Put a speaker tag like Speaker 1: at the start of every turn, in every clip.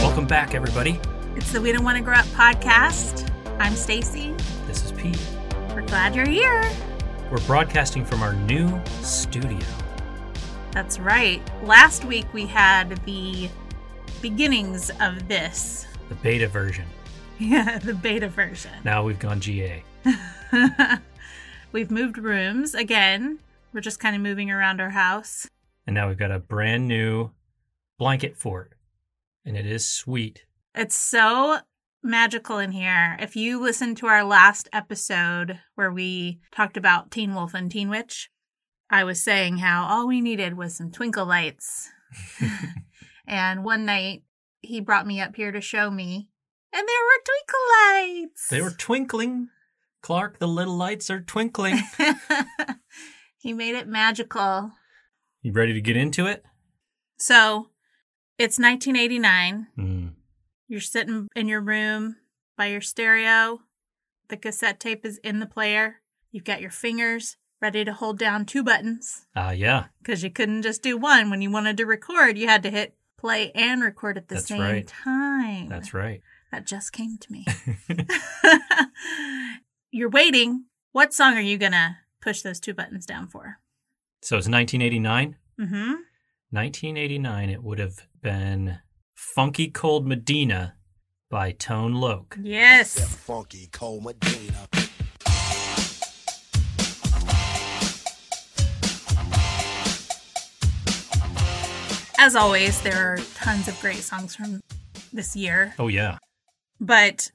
Speaker 1: Welcome back, everybody.
Speaker 2: It's the We Don't Want to Grow Up podcast. I'm Stacy.
Speaker 1: This is Pete.
Speaker 2: We're glad you're here.
Speaker 1: We're broadcasting from our new studio.
Speaker 2: That's right. Last week we had the beginnings of this,
Speaker 1: the beta version.
Speaker 2: yeah, the beta version.
Speaker 1: Now we've gone GA.
Speaker 2: We've moved rooms again. We're just kind of moving around our house.
Speaker 1: And now we've got a brand new blanket fort. And it is sweet.
Speaker 2: It's so magical in here. If you listen to our last episode where we talked about Teen Wolf and Teen Witch, I was saying how all we needed was some twinkle lights. and one night he brought me up here to show me, and there were twinkle lights.
Speaker 1: They were twinkling. Clark, the little lights are twinkling.
Speaker 2: he made it magical.
Speaker 1: you ready to get into it?
Speaker 2: So it's 1989.
Speaker 1: Mm.
Speaker 2: You're sitting in your room by your stereo. The cassette tape is in the player. You've got your fingers ready to hold down two buttons
Speaker 1: Ah, yeah.
Speaker 2: because you couldn't just do one. When you wanted to record, you had to hit play and record at the
Speaker 1: That's
Speaker 2: same
Speaker 1: right.
Speaker 2: time.
Speaker 1: That's right.
Speaker 2: That just came to me. You're waiting. What song are you going to push those two buttons down for?
Speaker 1: So it's 1989.
Speaker 2: Mm hmm.
Speaker 1: 1989, it would have been Funky Cold Medina by Tone Loc.
Speaker 2: Yes.
Speaker 3: That funky cold Medina.
Speaker 2: As always, there are tons of great songs from this year,
Speaker 1: Oh, yeah.
Speaker 2: but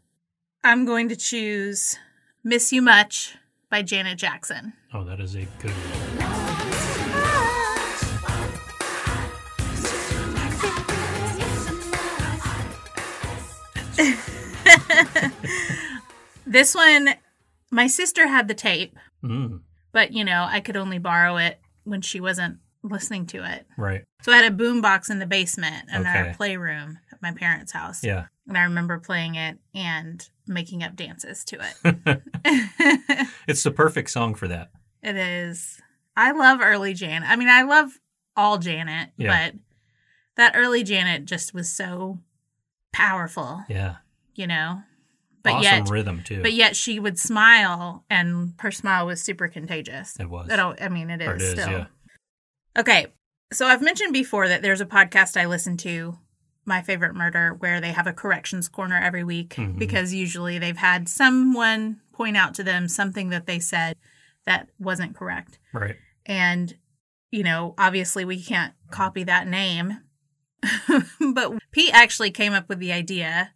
Speaker 2: I'm going to choose Miss You Much by Janet Jackson.
Speaker 1: Oh, that is a good one.
Speaker 2: This one, my sister had the tape,
Speaker 1: Mm,
Speaker 2: but you know, I could only borrow it when she wasn't listening to it.
Speaker 1: right.
Speaker 2: So I had a boombox in the basement in
Speaker 1: Okay.
Speaker 2: our playroom at my parents' house.
Speaker 1: Yeah.
Speaker 2: And I remember playing it and making up dances to it.
Speaker 1: It's the perfect song for that.
Speaker 2: It is. I love early Janet. I mean, I love all Janet,
Speaker 1: Yeah.
Speaker 2: but that early Janet just was so powerful,
Speaker 1: Yeah.
Speaker 2: you know. But
Speaker 1: awesome
Speaker 2: yet,
Speaker 1: rhythm, too.
Speaker 2: but yet she would smile, and her smile was super contagious.
Speaker 1: It was.
Speaker 2: It al- I mean, it is,
Speaker 1: Or it is,
Speaker 2: still.
Speaker 1: yeah.
Speaker 2: Okay, so I've mentioned before that there's a podcast I listen to, My Favorite Murder, where they have a corrections corner every week
Speaker 1: Mhm.
Speaker 2: because usually they've had someone point out to them something that they said that wasn't correct.
Speaker 1: Right.
Speaker 2: And, you know, obviously we can't copy that name. but Pete actually came up with the idea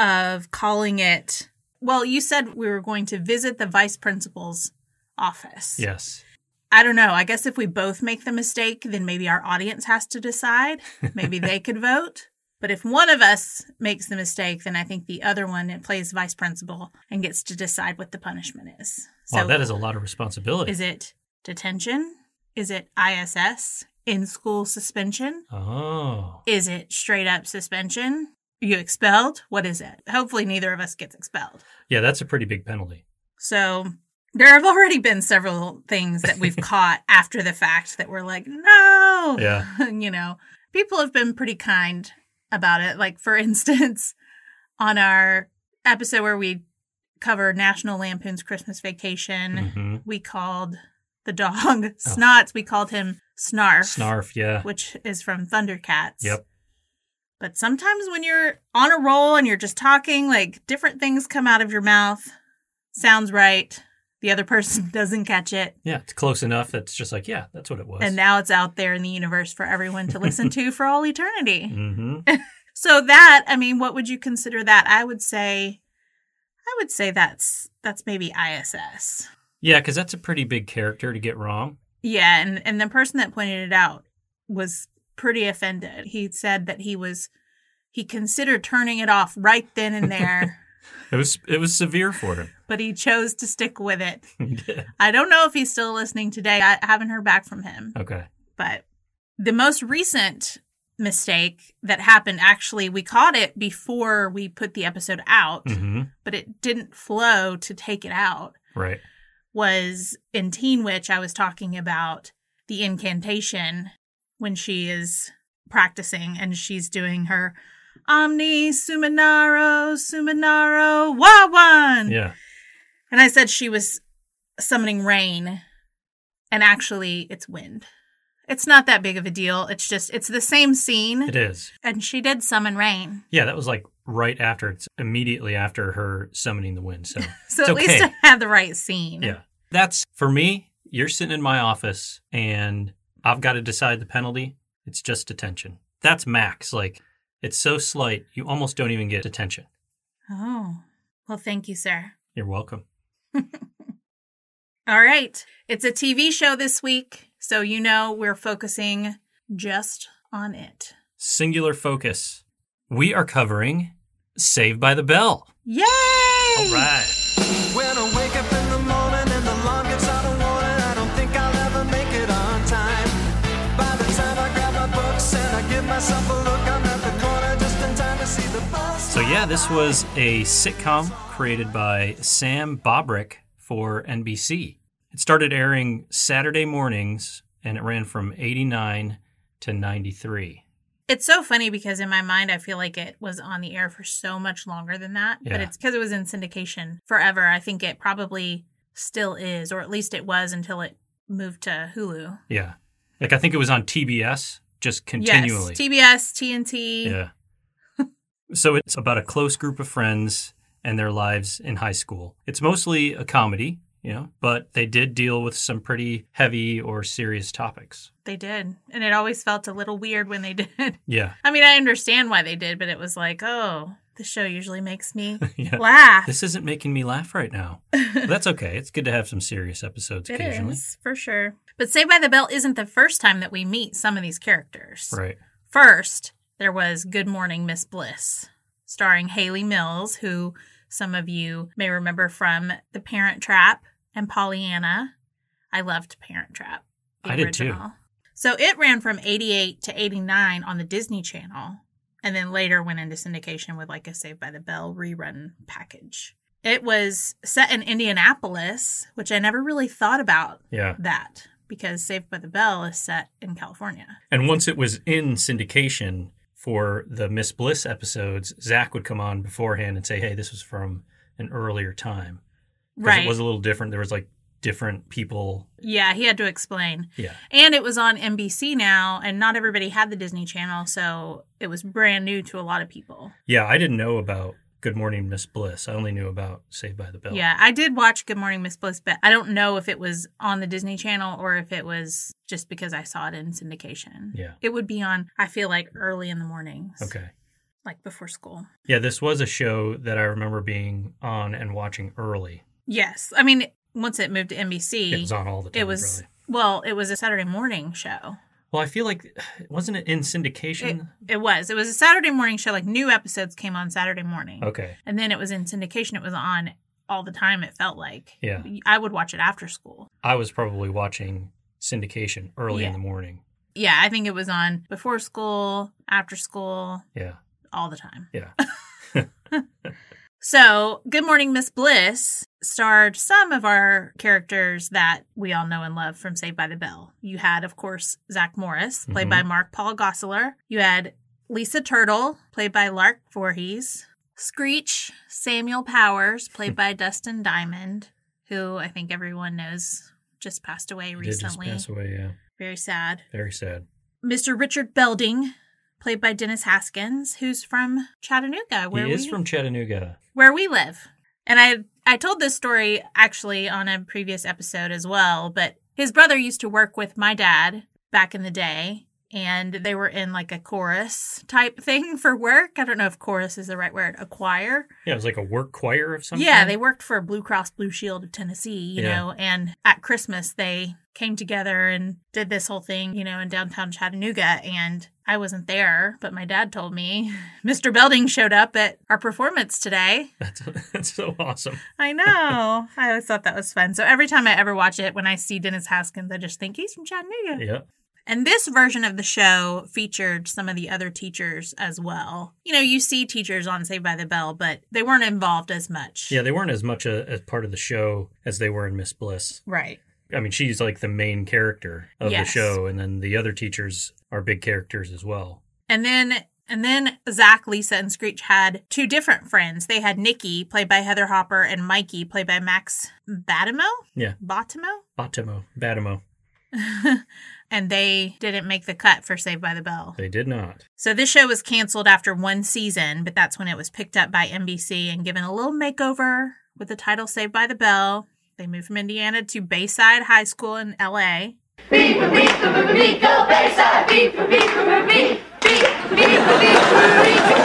Speaker 2: of calling it, well, you said we were going to visit the vice principal's office.
Speaker 1: Yes.
Speaker 2: I don't know. I guess if we both make the mistake, then maybe our audience has to decide. Maybe they could vote. But if one of us makes the mistake, then I think the other one it plays vice principal and gets to decide what the punishment is.
Speaker 1: wow, that is a lot of responsibility.
Speaker 2: Is it detention? Is it ISS? In school suspension?
Speaker 1: oh.
Speaker 2: Is it straight up suspension? Are you expelled? What is it? Hopefully, neither of us gets expelled.
Speaker 1: Yeah, that's a pretty big penalty.
Speaker 2: So, there have already been several things that we've caught after the fact that we're like, no.
Speaker 1: Yeah.
Speaker 2: you know, people have been pretty kind about it. Like, for instance, on our episode where we cover National Lampoon's Christmas Vacation
Speaker 1: hmm
Speaker 2: we called the dog Snots. We called him Snarf,
Speaker 1: Snarf, yeah.
Speaker 2: which is from Thundercats.
Speaker 1: Yep.
Speaker 2: But sometimes when you're on a roll and you're just talking, like different things come out of your mouth. Sounds right. The other person doesn't catch it.
Speaker 1: Yeah, it's close enough that's just like, yeah, that's what it was.
Speaker 2: And now it's out there in the universe for everyone to listen to for all eternity.
Speaker 1: hmm
Speaker 2: So that, I mean, what would you consider that? I would say, I would say that's that's maybe ISS.
Speaker 1: Yeah, because that's a pretty big character to get wrong.
Speaker 2: Yeah, and and the person that pointed it out was pretty offended. He said that he was he considered turning it off right then and there,
Speaker 1: It was it was severe for him.
Speaker 2: but he chose to stick with it.
Speaker 1: Yeah.
Speaker 2: I don't know if he's still listening today. I haven't heard back from him.
Speaker 1: Okay.
Speaker 2: But the most recent mistake that happened. Actually, we caught it before we put the episode out,
Speaker 1: hmm
Speaker 2: but it didn't flow to take it out.
Speaker 1: Right.
Speaker 2: Was in Teen Witch, I was talking about the incantation when she is practicing and she's doing her Omni Suminaro Suminaro Wawan.
Speaker 1: Yeah.
Speaker 2: And I said she was summoning rain, and actually, it's wind. It's not that big of a deal. It's just, it's the same
Speaker 1: It
Speaker 2: scene,
Speaker 1: is.
Speaker 2: and she did summon rain.
Speaker 1: Yeah, that was like right after it's immediately after her summoning the wind. So
Speaker 2: So
Speaker 1: It's
Speaker 2: at least
Speaker 1: okay.
Speaker 2: I had the right scene.
Speaker 1: yeah. That's for me, you're sitting in my office and I've got to decide the penalty. It's just detention. That's max. Like it's so slight you almost don't even get detention.
Speaker 2: Oh, well, thank you, sir.
Speaker 1: You're welcome.
Speaker 2: All right. It's a TV show this week, so you know we're focusing just on it.
Speaker 1: Singular focus. We are covering Saved by the Bell.
Speaker 2: Yay!
Speaker 1: All right.
Speaker 4: When I wake up in the morning and the alarm gets out of warning, I don't think I'll ever make it on time. By the time I grab my books and I give myself a look, I'm at the corner just in time to see the bus.
Speaker 1: So yeah, this was a sitcom created by Sam Bobrick for NBC. It started airing Saturday mornings and it ran from 89 to 93.
Speaker 2: It's so funny because in my mind, I feel like it was on the air for so much longer than that. But
Speaker 1: Yeah.
Speaker 2: it's because it was in syndication forever. I think it probably still is, or at least it was until it moved to Hulu.
Speaker 1: Yeah. Like I think it was on TBS just continually.
Speaker 2: Yes, TBS, TNT.
Speaker 1: Yeah. so it's about a close group of friends and their lives in high school. It's mostly a comedy, you know, but they did deal with some pretty heavy or serious topics.
Speaker 2: They did. And it always felt a little weird when they did.
Speaker 1: Yeah.
Speaker 2: I mean, I understand why they did, but it was like, oh, the show usually makes me
Speaker 1: yeah.
Speaker 2: laugh.
Speaker 1: This isn't making me laugh right now. But that's okay. It's good to have some serious episodes
Speaker 2: It
Speaker 1: occasionally.
Speaker 2: is, for sure. But Saved by the Bell isn't the first time that we meet some of these characters.
Speaker 1: Right.
Speaker 2: First, there was Good Morning Miss Bliss, starring Haley Mills, who some of you may remember from The Parent Trap and Pollyanna. I loved Parent Trap. the
Speaker 1: I did too.
Speaker 2: So it ran from 88 to 89 on the Disney Channel and then later went into syndication with like a Saved by the Bell rerun package. It was set in Indianapolis, which I never really thought about
Speaker 1: Yeah.
Speaker 2: that because Saved by the Bell is set in California.
Speaker 1: And once it was in syndication for the Miss Bliss episodes, Zach would come on beforehand and say, hey, this was from an earlier time. 'Cause
Speaker 2: Right.
Speaker 1: It was a little different. There was like different people.
Speaker 2: Yeah, he had to explain.
Speaker 1: Yeah.
Speaker 2: And it was on NBC now, and not everybody had the Disney Channel, so it was brand new to a lot of people.
Speaker 1: Yeah. I didn't know about Good Morning, Miss Bliss. I only knew about Saved by the Bell.
Speaker 2: Yeah, I did watch Good Morning Miss Bliss, but I don't know if it was on the Disney Channel or if it was just because I saw it in syndication.
Speaker 1: Yeah.
Speaker 2: It would be on, I feel like, early in the mornings.
Speaker 1: Okay.
Speaker 2: Like before school.
Speaker 1: Yeah. This was a show that I remember being on and watching early.
Speaker 2: Yes. I mean, once it moved to NBC,
Speaker 1: It was on all the time.
Speaker 2: it was-
Speaker 1: really.
Speaker 2: well, it was a Saturday morning show.
Speaker 1: Well, I feel like, wasn't it in syndication?
Speaker 2: It was. It was a Saturday morning show. Like new episodes came on Saturday morning.
Speaker 1: okay.
Speaker 2: And then it was in syndication. It was on all the time, it felt like.
Speaker 1: Yeah.
Speaker 2: I would watch it after school.
Speaker 1: I was probably watching syndication early in
Speaker 2: Yeah.
Speaker 1: the morning.
Speaker 2: Yeah, I think it was on before school, after school,
Speaker 1: Yeah.
Speaker 2: all the time.
Speaker 1: Yeah.
Speaker 2: So, Good Morning Miss Bliss starred some of our characters that we all know and love from Saved by the Bell. You had, of course, Zach Morris, played
Speaker 1: Mhm.
Speaker 2: by Mark Paul Gosselaar. You had Lisa Turtle, played by Lark Voorhees. Screech Samuel Powers,
Speaker 1: Hmm.
Speaker 2: played by Dustin Diamond, who I think everyone knows just passed away
Speaker 1: He did just
Speaker 2: recently.
Speaker 1: pass away. Yeah.
Speaker 2: Very sad.
Speaker 1: Very sad.
Speaker 2: Mr. Richard Belding, played by Dennis Haskins, who's from Chattanooga, where
Speaker 1: he is
Speaker 2: we
Speaker 1: from Chattanooga.
Speaker 2: where we live. And I I told this story actually on a previous episode as well, but his brother used to work with my dad back in the day and they were in like a chorus type thing for work. I don't know if chorus is the right word, a choir.
Speaker 1: Yeah, it was like a work choir of some
Speaker 2: Yeah,
Speaker 1: kind.
Speaker 2: they worked for Blue Cross Blue Shield of Tennessee, you
Speaker 1: Yeah.
Speaker 2: know, and at Christmas they came together and did this whole thing, you know, in downtown Chattanooga. And I wasn't there, but my dad told me Mr. Belding showed up at our performance today.
Speaker 1: That's, that's so awesome.
Speaker 2: I know. I always thought that was fun. So every time I ever watch it, when I see Dennis Haskins, I just think he's from Chattanooga.
Speaker 1: Yeah.
Speaker 2: And this version of the show featured some of the other teachers as well. You know, you see teachers on Saved by the Bell, but they weren't involved as much.
Speaker 1: Yeah, they weren't as much a, a part of the show as they were in Miss Bliss.
Speaker 2: Right.
Speaker 1: I mean, she's like the main character of
Speaker 2: Yes.
Speaker 1: the show, and then the other teachers are big characters as well.
Speaker 2: And then and then Zach, Lisa, and Screech had two different friends. They had Nikki, played by Heather Hopper, and Mikey, played by Max Batimo.
Speaker 1: Yeah.
Speaker 2: Batimo?
Speaker 1: Batimo, Batimo,
Speaker 2: and they didn't make the cut for Saved by the Bell.
Speaker 1: they did not.
Speaker 2: So this show was canceled after one season, but that's when it was picked up by NBC and given a little makeover with the title Saved by the Bell. They moved from Indiana to Bayside High School in LA.
Speaker 5: Beep for beep for beep for beep, go Bayside. Beep for beep for beep beep, beep for beep for beep for beep.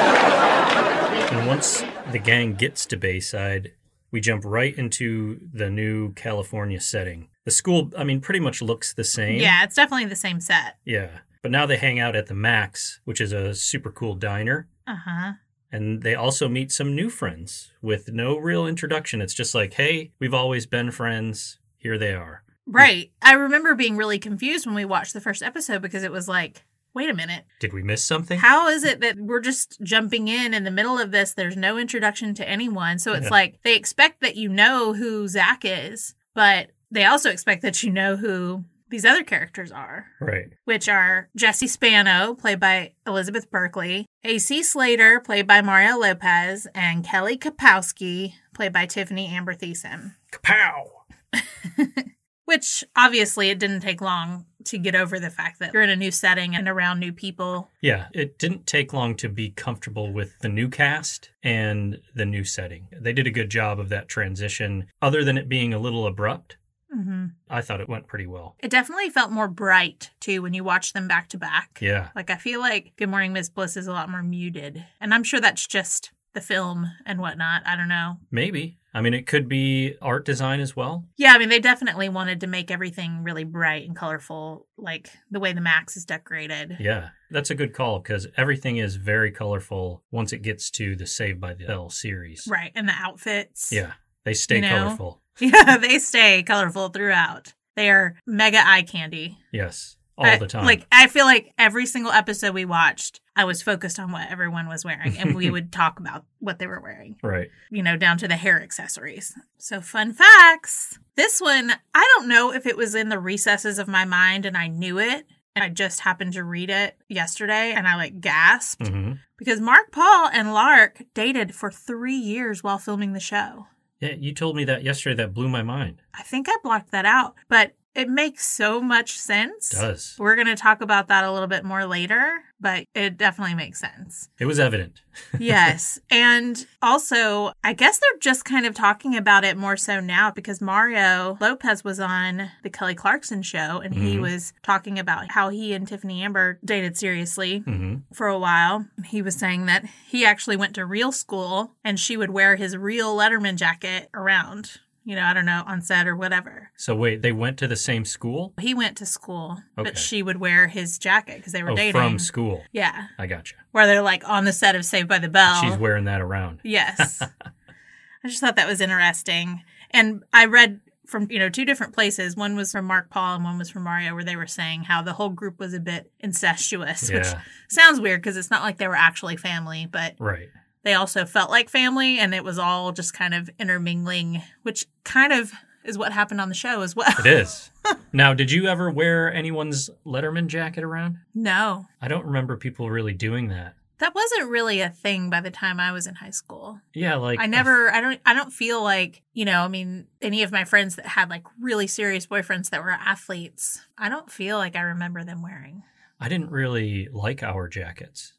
Speaker 1: And once the gang gets to Bayside, we jump right into the new California setting. The school, I mean, pretty much looks the same.
Speaker 2: Yeah, it's definitely the same set.
Speaker 1: Yeah. But now they hang out at the Max, which is a super cool diner.
Speaker 2: Uh huh.
Speaker 1: And they also meet some new friends with no real introduction. It's just like, hey, we've always been friends. Here they are.
Speaker 2: Right. I remember being really confused when we watched the first episode because it was like, wait a minute.
Speaker 1: Did we miss something?
Speaker 2: How is it that we're just jumping in in the middle of this? There's no introduction to anyone. So it's
Speaker 1: Yeah.
Speaker 2: like they expect that you know who Zach is, but they also expect that you know who these other characters are,
Speaker 1: Right.
Speaker 2: which are Jesse Spano, played by Elizabeth Berkley, AC Slater, played by Mario Lopez, and Kelly Kapowski, played by Tiffany Amber Thiessen.
Speaker 1: Kapow!
Speaker 2: Which obviously it didn't take long to get over the fact that you're in a new setting and around new people.
Speaker 1: Yeah, it didn't take long to be comfortable with the new cast and the new setting. They did a good job of that transition, other than it being a little abrupt.
Speaker 2: Mm-hmm.
Speaker 1: I thought it went pretty well.
Speaker 2: It definitely felt more bright too when you watch them back to back.
Speaker 1: Yeah.
Speaker 2: Like I feel like Good Morning Miss Bliss is a lot more muted. And I'm sure that's just the film and whatnot. I don't know.
Speaker 1: Maybe. I mean, it could be art design as well.
Speaker 2: Yeah, I mean they definitely wanted to make everything really bright and colorful, like the way the Max is decorated.
Speaker 1: Yeah, that's a good call because everything is very colorful once it gets to the Save by the Bell series.
Speaker 2: Right. And the outfits.
Speaker 1: Yeah, they stay
Speaker 2: You know?
Speaker 1: colorful.
Speaker 2: Yeah, they stay colorful throughout. They are mega eye candy.
Speaker 1: Yes, all
Speaker 2: I-
Speaker 1: the time.
Speaker 2: Like I feel like every single episode we watched, I was focused on what everyone was wearing and we would talk about what they were wearing.
Speaker 1: right.
Speaker 2: you know, down to the hair accessories. So, fun facts. This one, I don't know if it was in the recesses of my mind and I knew it. And I just happened to read it yesterday and I like gasped
Speaker 1: hmm
Speaker 2: because Mark Paul and Lark dated for three years while filming the show.
Speaker 1: Yeah, you told me that yesterday. That blew my mind.
Speaker 2: I think I blocked that out, but it makes so much sense.
Speaker 1: Does
Speaker 2: We're going to talk about that a little bit more later, but it definitely makes sense.
Speaker 1: it was evident?
Speaker 2: yes. And also, I guess they're just kind of talking about it more so now because Mario Lopez was on the Kelly Clarkson show and he
Speaker 1: Mhm.
Speaker 2: was talking about how he and Tiffany Amber dated seriously
Speaker 1: hmm
Speaker 2: for a while. He was saying that he actually went to real school and she would wear his real Letterman jacket around, you know, I don't know, on set or whatever.
Speaker 1: So wait, they went to the same school?
Speaker 2: He went to school,
Speaker 1: Okay.
Speaker 2: but she would wear his jacket because they were
Speaker 1: Oh,
Speaker 2: dating.
Speaker 1: from school.
Speaker 2: yeah.
Speaker 1: I gotcha.
Speaker 2: Where they're like on the set of Saved by the Bell.
Speaker 1: She's wearing that around.
Speaker 2: Yes. I just thought that was interesting. And I read from, you know, two different places. One was from Mark Paul and one was from Mario, where they were saying how the whole group was a bit incestuous, which
Speaker 1: Yeah.
Speaker 2: sounds weird because it's not like they were actually family, but
Speaker 1: Right.
Speaker 2: they also felt like family and it was all just kind of intermingling, which kind of is what happened on the show as well.
Speaker 1: It is. now, did you ever wear anyone's Letterman jacket around?
Speaker 2: No,
Speaker 1: I don't remember people really doing that.
Speaker 2: that wasn't really a thing by the time I was in high school.
Speaker 1: Yeah, like
Speaker 2: I never, I don't, I don't feel like you know. I mean, any of my friends that had like really serious boyfriends that were athletes, I don't feel like I remember them wearing.
Speaker 1: I didn't really like our jackets.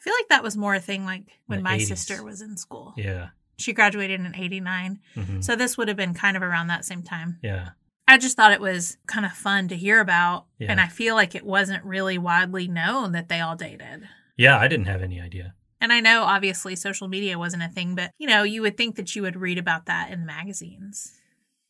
Speaker 2: I feel like that was more a thing like when
Speaker 1: the
Speaker 2: my
Speaker 1: 80s.
Speaker 2: sister was in school.
Speaker 1: Yeah.
Speaker 2: She graduated in '89,
Speaker 1: Mhm.
Speaker 2: so this would have been kind of around that same time.
Speaker 1: Yeah.
Speaker 2: I just thought it was kind of fun to hear about,
Speaker 1: Yeah.
Speaker 2: and I feel like it wasn't really widely known that they all dated.
Speaker 1: Yeah, I didn't have any idea.
Speaker 2: And I know obviously social media wasn't a thing, but you know, you would think that you would read about that in the magazines.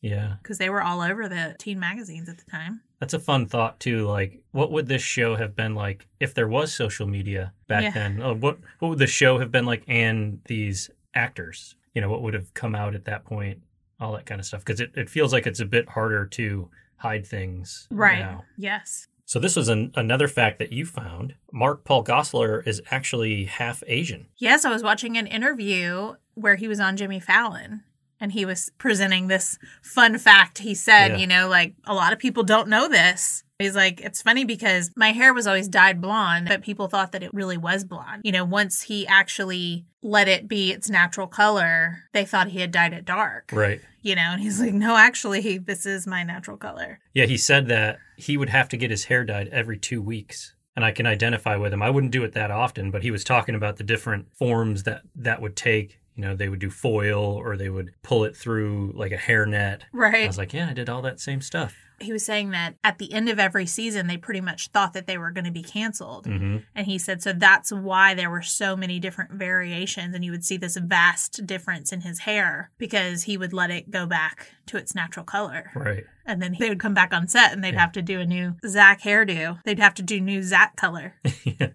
Speaker 1: Yeah.
Speaker 2: because they were all over the teen magazines at the time.
Speaker 1: That's a fun thought too. Like, what would this show have been like if there was social media back
Speaker 2: Yeah.
Speaker 1: then? Uh, what what would the show have been like and these actors? You know, what would have come out at that point? All that kind of stuff. Because it, it feels like it's a bit harder to hide things now.
Speaker 2: Yes.
Speaker 1: So this was an, another fact that you found. Mark Paul Gosselaar is actually half Asian.
Speaker 2: Yes, I was watching an interview where he was on Jimmy Fallon and he was presenting this fun fact. He said,
Speaker 1: Yeah.
Speaker 2: you know, like a lot of people don't know this. He's like, it's funny because my hair was always dyed blonde, but people thought that it really was blonde. You know, once he actually let it be its natural color, they thought he had dyed it dark.
Speaker 1: Right.
Speaker 2: You know, and he's like, no, actually, this is my natural color.
Speaker 1: Yeah, he said that he would have to get his hair dyed every two weeks. And I can identify with him. I wouldn't do it that often, but he was talking about the different forms that that would take. You know, they would do foil or they would pull it through like a hairnet. I
Speaker 2: Right.
Speaker 1: was like, yeah, I did all that same stuff.
Speaker 2: he was saying that at the end of every season they pretty much thought that they were going to be canceled and he said so that's why there were so many different variations and you would see this vast difference in his hair because he would let it go back to its natural color
Speaker 1: Right.
Speaker 2: and then they would come back on set and they'd have to do a new zach hairdo they'd have to do new zach color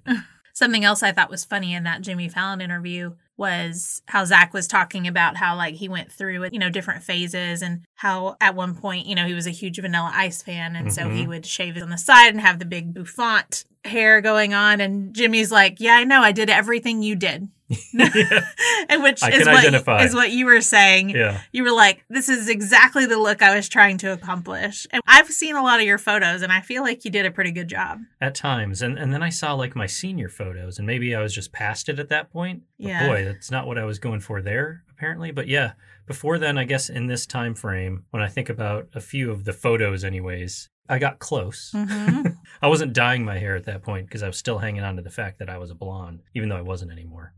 Speaker 2: something else i thought was funny in that jimmy fallon interview was how zach was talking about how like he went through you know different phases and how at one point you know he was a huge vanilla ice fan and so
Speaker 1: Mm-hmm.
Speaker 2: he would shave it on the side and have the big bouffant hair going on and jimmy's like yeah i know i did everything you did and which
Speaker 1: I
Speaker 2: is
Speaker 1: can
Speaker 2: what,
Speaker 1: identify.
Speaker 2: is what you were saying
Speaker 1: Yeah.
Speaker 2: you were like, this is exactly the look I was trying to accomplish. And I've seen a lot of your photos and I feel like you did a pretty good job.
Speaker 1: At times. And and then I saw like my senior photos and maybe I was just past it at that point. But
Speaker 2: Yeah.
Speaker 1: boy, that's not what I was going for there, apparently. But yeah, before then, I guess in this time frame, when I think about a few of the photos anyways, I got close. I wasn't dyeing my hair at that point because I was still hanging on to the fact that I was a blonde, even though I wasn't anymore.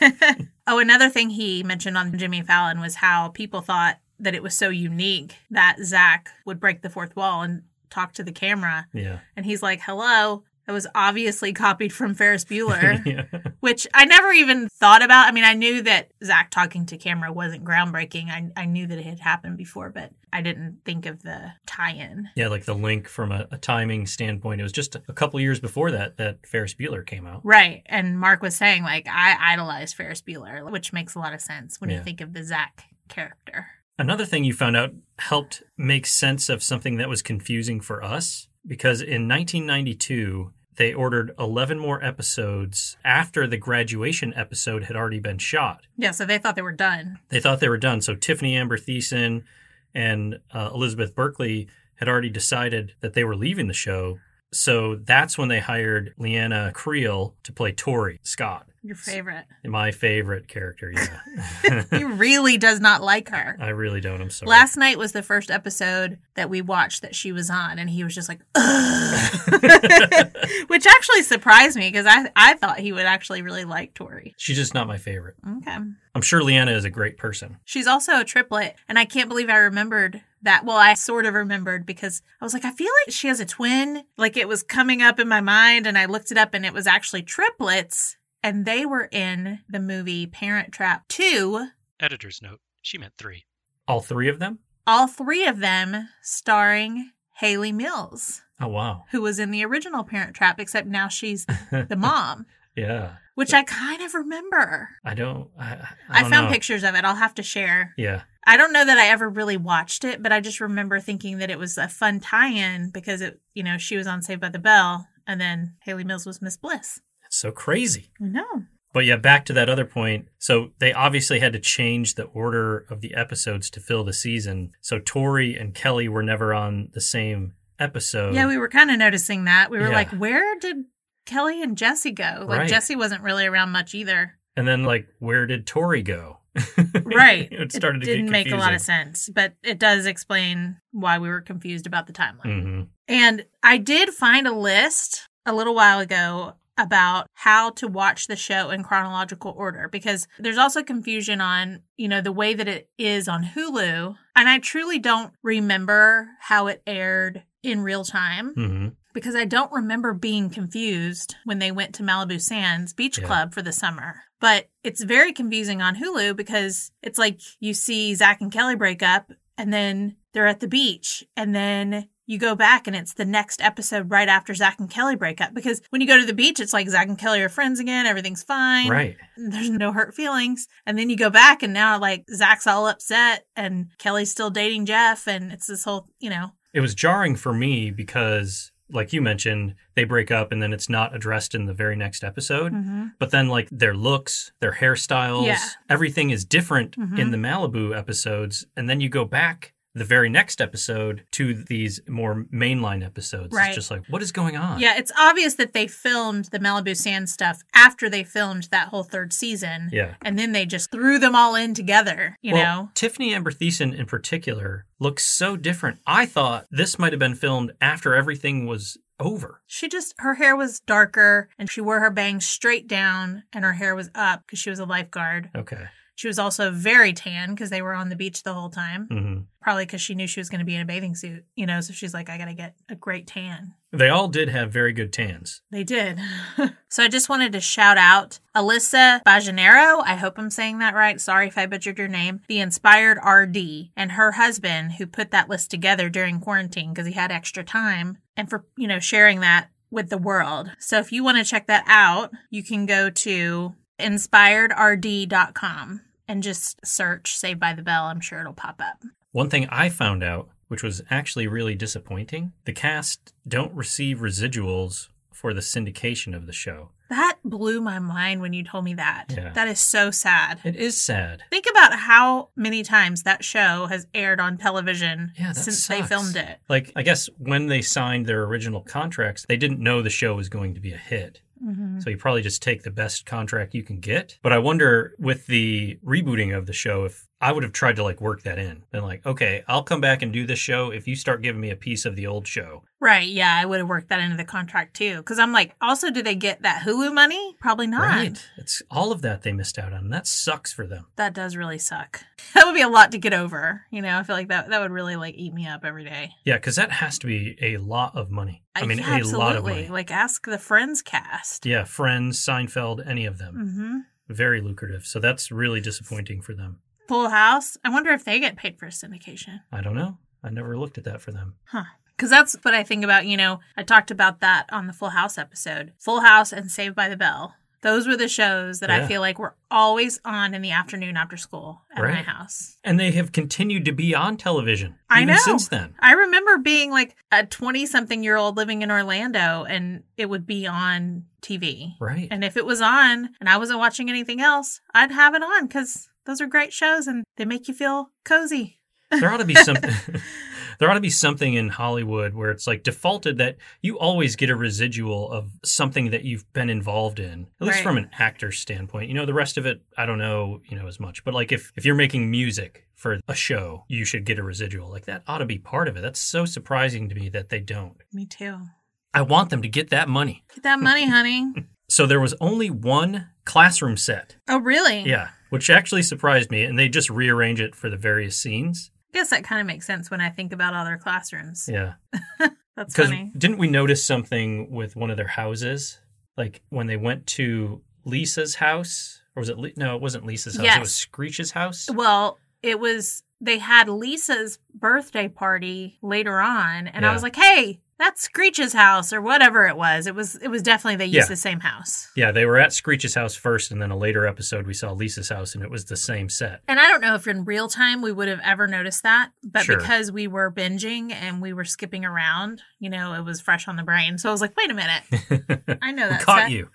Speaker 2: Oh, another thing he mentioned on Jimmy Fallon was how people thought that it was so unique that Zach would break the fourth wall and talk to the camera.
Speaker 1: Yeah.
Speaker 2: And he's like, hello. That was obviously copied from Ferris Bueller,
Speaker 1: Yeah.
Speaker 2: which I never even thought about. I mean, I knew that Zach talking to camera wasn't groundbreaking. I, I knew that it had happened before, but I didn't think of the tie in.
Speaker 1: Yeah, like the link from a, a timing standpoint. It was just a couple years before that that Ferris Bueller came out.
Speaker 2: Right. And Mark was saying, like, I idolize Ferris Bueller, which makes a lot of sense when
Speaker 1: Yeah.
Speaker 2: you think of the Zach character.
Speaker 1: Another thing you found out helped make sense of something that was confusing for us because in 1992, they ordered 11 more episodes after the graduation episode had already been shot.
Speaker 2: Yeah. So they thought they were done.
Speaker 1: They thought they were done. So Tiffany Amber Thiessen and uh, Elizabeth Berkley had already decided that they were leaving the show. So that's when they hired Leanna Creel to play Tori Scott,
Speaker 2: Your favorite.
Speaker 1: my favorite character. Yeah,
Speaker 2: he really does not like her.
Speaker 1: I really don't. I'm sorry.
Speaker 2: Last night was the first episode that we watched that she was on, and he was just like, Ugh. which actually surprised me because I, I thought he would actually really like Tori.
Speaker 1: She's just not my favorite.
Speaker 2: Okay.
Speaker 1: I'm sure Leanna is a great person.
Speaker 2: She's also a triplet, and I can't believe I remembered that. Well, I sort of remembered because I was like, I feel like she has a twin. Like it was coming up in my mind, and I looked it up, and it was actually triplets, and they were in the movie Parent Trap 2.
Speaker 6: Editor's note. She meant three.
Speaker 1: All three of them?
Speaker 2: All three of them starring Haley Mills,
Speaker 1: Oh wow.
Speaker 2: who was in the original Parent Trap, except now she's the mom,
Speaker 1: Yeah.
Speaker 2: which I kind of remember.
Speaker 1: I don't I, I,
Speaker 2: I,
Speaker 1: don't
Speaker 2: found
Speaker 1: know.
Speaker 2: pictures of it. I'll have to share.
Speaker 1: Yeah.
Speaker 2: I don't know that I ever really watched it, but I just remember thinking that it was a fun tie-in because it, you know, she was on Saved by the Bell, and then Haley Mills was Miss Bliss.
Speaker 1: It's so crazy.
Speaker 2: No,
Speaker 1: But yeah, back to that other point. So they obviously had to change the order of the episodes to fill the season. So Tori and Kelly were never on the same episode.
Speaker 2: yeah, we were kind of noticing that. We were
Speaker 1: Yeah.
Speaker 2: like, where did Kelly and Jesse go? Like
Speaker 1: Right.
Speaker 2: Jesse wasn't really around much either.
Speaker 1: and then like where did Tori go?
Speaker 2: Right.
Speaker 1: it started to get
Speaker 2: didn't make a lot of
Speaker 1: confusing.
Speaker 2: sense, but it does explain why we were confused about the timeline.
Speaker 1: Mhm.
Speaker 2: And I did find a list a little while ago about how to watch the show in chronological order because there's also confusion on, you know, the way that it is on Hulu. And I truly don't remember how it aired in real time
Speaker 1: Mhm.
Speaker 2: because I don't remember being confused when they went to Malibu Sands Beach
Speaker 1: Yeah.
Speaker 2: Club for the summer. But it's very confusing on Hulu because it's like you see Zach and Kelly break up and then they're at the beach and then you go back and it's the next episode right after Zach and Kelly break up because when you go to the beach, it's like Zach and Kelly are friends again. Everything's fine
Speaker 1: Right.
Speaker 2: there's no hurt feelings. And then you go back and now like Zach's all upset and Kelly's still dating Jeff and it's this whole, you know,
Speaker 1: It was jarring for me because like you mentioned, they break up and then it's not addressed in the very next episode.
Speaker 2: Mm-hmm.
Speaker 1: But then, like, their looks, their hairstyles,
Speaker 2: Yeah.
Speaker 1: everything is different in
Speaker 2: Mhm.
Speaker 1: the Malibu episodes. And then you go back the very next episode to these more mainline episodes.
Speaker 2: Right.
Speaker 1: It's just like, what is going on?
Speaker 2: Yeah, it's obvious that they filmed the Malibu Sand stuff after they filmed that whole third season.
Speaker 1: Yeah.
Speaker 2: And then they just threw them all in together, you
Speaker 1: Well,
Speaker 2: know?
Speaker 1: Tiffany Amber Thiessen in particular looks so different. I thought this might have been filmed after everything was over.
Speaker 2: She just, her hair was darker and she wore her bangs straight down and her hair was up because she was a lifeguard.
Speaker 1: Okay.
Speaker 2: She was also very tan because they were on the beach the whole time,
Speaker 1: hmm
Speaker 2: probably because she knew she was going to be in a bathing suit, you know? So she's like, I got to get a great tan.
Speaker 1: They all did have very good tans.
Speaker 2: They did. so I just wanted to shout out Alyssa Bajanero. I hope I'm saying that right. Sorry if I butchered your name. The Inspired RD and her husband who put that list together during quarantine because he had extra time and for, you know, sharing that with the world. So if you want to check that out, you can go to inspiredrd.com and just search Saved by the Bell. I'm sure it'll pop up.
Speaker 1: One thing I found out, which was actually really disappointing, the cast don't receive residuals for the syndication of the show.
Speaker 2: That blew my mind when you told me that.
Speaker 1: Yeah.
Speaker 2: That is so sad.
Speaker 1: It is sad.
Speaker 2: Think about how many times that show has aired on television
Speaker 1: Yeah, that
Speaker 2: since they
Speaker 1: sucks.
Speaker 2: filmed it.
Speaker 1: Like, I guess when they signed their original contracts, they didn't know the show was going to be a hit.
Speaker 2: Mm-hmm.
Speaker 1: So you probably just take the best contract you can get. But I wonder with the rebooting of the show, if I would have tried to like work that in. Been like, okay, I'll come back and do this show if you start giving me a piece of the old show.
Speaker 2: Right. Yeah, I would have worked that into the contract too. Because I'm like, also, do they get that Hulu money? Probably not.
Speaker 1: Right. It's all of that they missed out on. That sucks for them.
Speaker 2: That does really suck. That would be a lot to get over. You know, I feel like that that would really like eat me up every day.
Speaker 1: Yeah, because that has to be a lot of money. I mean,
Speaker 2: Yeah,
Speaker 1: a lot of money.
Speaker 2: Like, ask the Friends cast.
Speaker 1: Yeah, Friends, Seinfeld, any of them.
Speaker 2: Mm-hmm.
Speaker 1: Very lucrative. So that's really disappointing for them.
Speaker 2: Full House. I wonder if they get paid for syndication.
Speaker 1: I don't know. I never looked at that for them.
Speaker 2: Huh. Because that's what I think about. You know, I talked about that on the Full House episode. Full House and Saved by the Bell. Those were the shows that
Speaker 1: Yeah.
Speaker 2: I feel like were always on in the afternoon after school at my
Speaker 1: Right.
Speaker 2: house.
Speaker 1: And they have continued to be on television
Speaker 2: I
Speaker 1: even
Speaker 2: know.
Speaker 1: since then.
Speaker 2: I remember being like a 20 something year old living in Orlando and it would be on TV.
Speaker 1: Right.
Speaker 2: And if it was on and I wasn't watching anything else, I'd have it on because those are great shows and they make you feel cozy.
Speaker 1: there ought to be something there ought to be something in hollywood where it's like defaulted that you always get a residual of something that you've been involved in at least
Speaker 2: Right.
Speaker 1: from an actor standpoint you know the rest of it i don't know you know as much but like if if you're making music for a show you should get a residual like that ought to be part of it that's so surprising to me that they don't
Speaker 2: Me too.
Speaker 1: i want them to get that money
Speaker 2: Get that money, honey.
Speaker 1: so there was only one classroom set
Speaker 2: Oh, really?
Speaker 1: yeah which actually surprised me and they just rearrange it for the various scenes
Speaker 2: guess that kind of makes sense when I think about all their classrooms.
Speaker 1: yeah
Speaker 2: That's
Speaker 1: Because
Speaker 2: funny.
Speaker 1: didn't we notice something with one of their houses? Like when they went to Lisa's house, or was it? Li- no, it wasn't Lisa's house. It was
Speaker 2: Yes.
Speaker 1: Screech's house.
Speaker 2: Well, it was they had Lisa's birthday party later on, and
Speaker 1: Yeah.
Speaker 2: I was like, "Hey, that's Screech's house or whatever it was." It was it was definitely they used
Speaker 1: Yeah.
Speaker 2: the same house.
Speaker 1: Yeah, they were at Screech's house first, and then a later episode we saw Lisa's house, and it was the same set.
Speaker 2: And I don't know if in real time we would have ever noticed that, but
Speaker 1: Sure.
Speaker 2: because we were binging and we were skipping around, you know, it was fresh on the brain. So I was like, "Wait a minute, I know
Speaker 1: we
Speaker 2: that."
Speaker 1: caught
Speaker 2: set.
Speaker 1: you.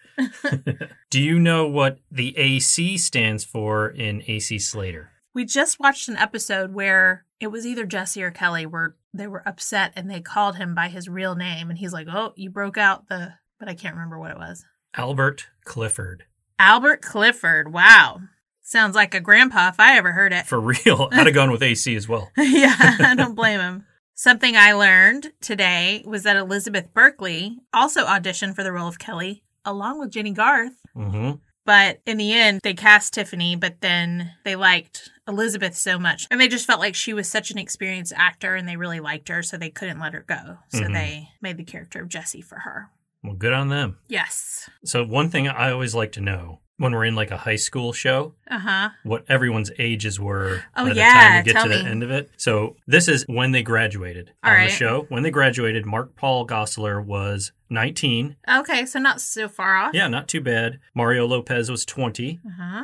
Speaker 1: Do you know what the AC stands for in AC Slater?
Speaker 2: We just watched an episode where it was either Jesse or Kelly where they were upset and they called him by his real name and he's like, "Oh, you broke out the," but I can't remember what it was.
Speaker 1: Albert Clifford.
Speaker 2: Albert Clifford. Wow, sounds like a grandpa if I ever heard it.
Speaker 1: For real, I'd have gone with AC as well.
Speaker 2: yeah, I don't blame him. Something I learned today was that Elizabeth Berkley also auditioned for the role of Kelly along with Jenny Garth.
Speaker 1: hmm
Speaker 2: But in the end, they cast Tiffany, but then they liked Elizabeth so much. And they just felt like she was such an experienced actor and they really liked her, so they couldn't let her go. So
Speaker 1: Mhm.
Speaker 2: they made the character of Jessie for her.
Speaker 1: Well, good on them.
Speaker 2: Yes.
Speaker 1: So one thing I always like to know when we're in like a high school show
Speaker 2: Uh huh.
Speaker 1: what everyone's ages were
Speaker 2: Oh,
Speaker 1: by the
Speaker 2: yeah,
Speaker 1: time you get
Speaker 2: tell
Speaker 1: to the
Speaker 2: me.
Speaker 1: end of it. So this is when they graduated
Speaker 2: All
Speaker 1: on
Speaker 2: right.
Speaker 1: the show. When they graduated, Mark Paul Gosselaar was 19.
Speaker 2: Okay, so not so far off.
Speaker 1: Yeah, not too bad. Mario Lopez was 20.
Speaker 2: Uh huh.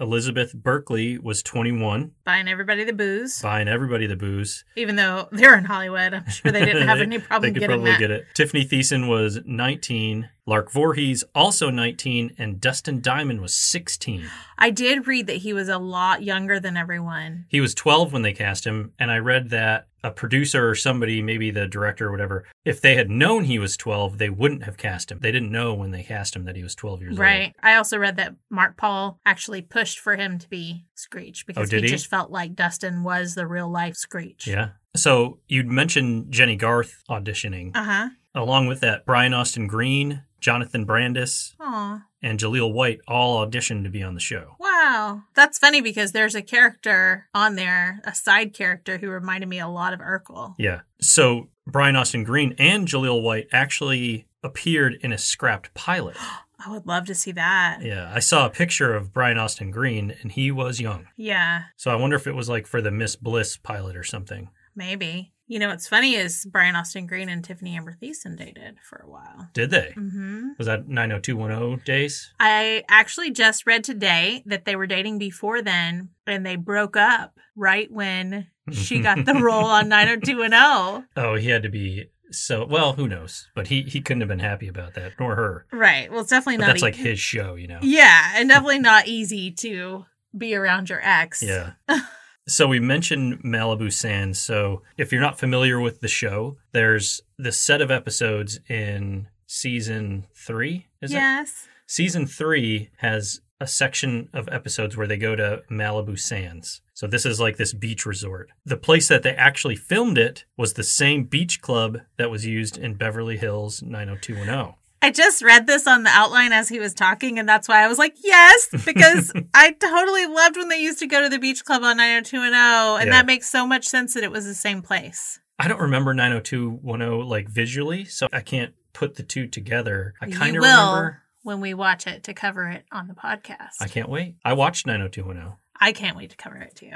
Speaker 1: Elizabeth Berkley was 21,
Speaker 2: Buying everybody the booze,
Speaker 1: buying everybody the booze.
Speaker 2: even though they're in Hollywood. I'm sure they didn't have any problem
Speaker 1: they could
Speaker 2: getting
Speaker 1: probably
Speaker 2: that.
Speaker 1: get it. Tiffany Thiessen was 19, Lark Voorhees also 19, and Dustin Diamond was 16.
Speaker 2: I did read that he was a lot younger than everyone.
Speaker 1: He was 12 when they cast him, and I read that a producer or somebody, maybe the director or whatever, if they had known he was 12, they wouldn't have cast him. They didn't know when they cast him that he was 12 years
Speaker 2: Right. I also read that Mark Paul actually pushed for him to be Screech because
Speaker 1: Oh, did he?
Speaker 2: just felt like Dustin was the real life Screech.
Speaker 1: old. Yeah. So you'd mentioned Jenny Garth auditioning.
Speaker 2: Uh huh.
Speaker 1: Along with that, Brian Austin Green, Jonathan Brandis,
Speaker 2: Aw.
Speaker 1: and Jaleel White all auditioned to be on the show.
Speaker 2: Wow. That's funny because there's a character on there, a side character who reminded me a lot of Urkel.
Speaker 1: Yeah. So Brian Austin Green and Jaleel White actually appeared in a scrapped pilot.
Speaker 2: I would love to see that.
Speaker 1: Yeah. I saw a picture of Brian Austin Green, and he was young.
Speaker 2: yeah.
Speaker 1: So I wonder if it was like for the Miss Bliss pilot or something.
Speaker 2: Maybe. You know what's funny is Brian Austin Green and Tiffany Amber Thiessen dated for a while.
Speaker 1: Did they?
Speaker 2: hmm
Speaker 1: Was that 90210 days?
Speaker 2: I actually just read today that they were dating before then, and they broke up right when she got the role on 90210.
Speaker 1: Oh, he had to be so well, who knows? But he he couldn't have been happy about that, nor her.
Speaker 2: Right. Well, it's definitely
Speaker 1: But
Speaker 2: not.
Speaker 1: that's
Speaker 2: e-
Speaker 1: like his show, you know.
Speaker 2: yeah, and definitely not easy to be around your ex.
Speaker 1: Yeah. So we mentioned Malibu Sands. So if you're not familiar with the show, there's this set of episodes in season three, is it?
Speaker 2: yes.
Speaker 1: Season three has a section of episodes where they go to Malibu Sands. So this is like this beach resort. The place that they actually filmed it was the same beach club that was used in Beverly Hills 90210.
Speaker 2: I just read this on the outline as he was talking, and that's why I was like, yes, because I totally loved when they used to go to the beach club on 90210, and
Speaker 1: Yeah.
Speaker 2: that makes so much sense that it was the same place.
Speaker 1: I don't remember 90210 like visually, so I can't put the two together. I
Speaker 2: You
Speaker 1: kind of
Speaker 2: will
Speaker 1: remember.
Speaker 2: when we watch it to cover it on the podcast.
Speaker 1: I can't wait. I watched 90210.
Speaker 2: I can't wait to cover it too.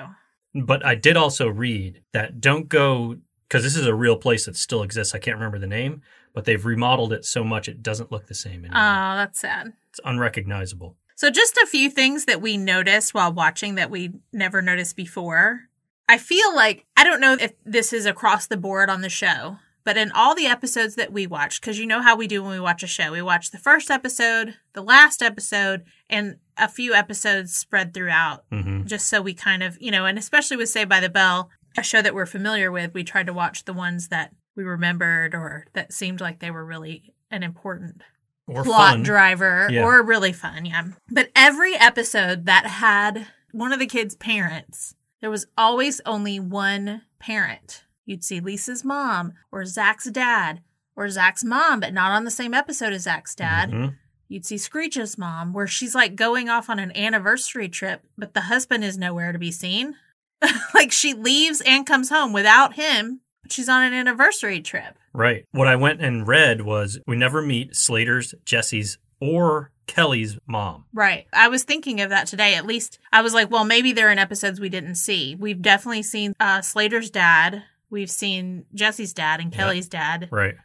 Speaker 1: But I did also read that don't go because this is a real place that still exists. I can't remember the name, but they've remodeled it so much it doesn't look the same anymore.
Speaker 2: Oh, that's sad.
Speaker 1: it's unrecognizable.
Speaker 2: So, just a few things that we noticed while watching that we never noticed before. I feel like, I don't know if this is across the board on the show, but in all the episodes that we watched, because you know how we do when we watch a show, we watch the first episode, the last episode, and a few episodes spread throughout
Speaker 1: hmm
Speaker 2: just so we kind of, you know, and especially with Say by the Bell, a show that we're familiar with, we tried to watch the ones that we remembered or that seemed like they were really an important
Speaker 1: Or
Speaker 2: plot
Speaker 1: fun.
Speaker 2: driver
Speaker 1: Yeah.
Speaker 2: or really fun. Yeah. But every episode that had one of the kids' parents, there was always only one parent. You'd see Lisa's mom or Zach's dad or Zach's mom, but not on the same episode as Zach's dad.
Speaker 1: Mhm.
Speaker 2: You'd see Screech's mom, where she's like going off on an anniversary trip, but the husband is nowhere to be seen. like she leaves and comes home without him, but she's on an anniversary trip.
Speaker 1: Right. What I went and read was we never meet Slater's, Jesse's, or Kelly's mom.
Speaker 2: Right. I was thinking of that today. At least I was like, well, maybe they're in episodes we didn't see. We've definitely seen uh, Slater's dad. We've seen Jesse's dad and
Speaker 1: Yeah.
Speaker 2: Kelly's dad,
Speaker 1: Right.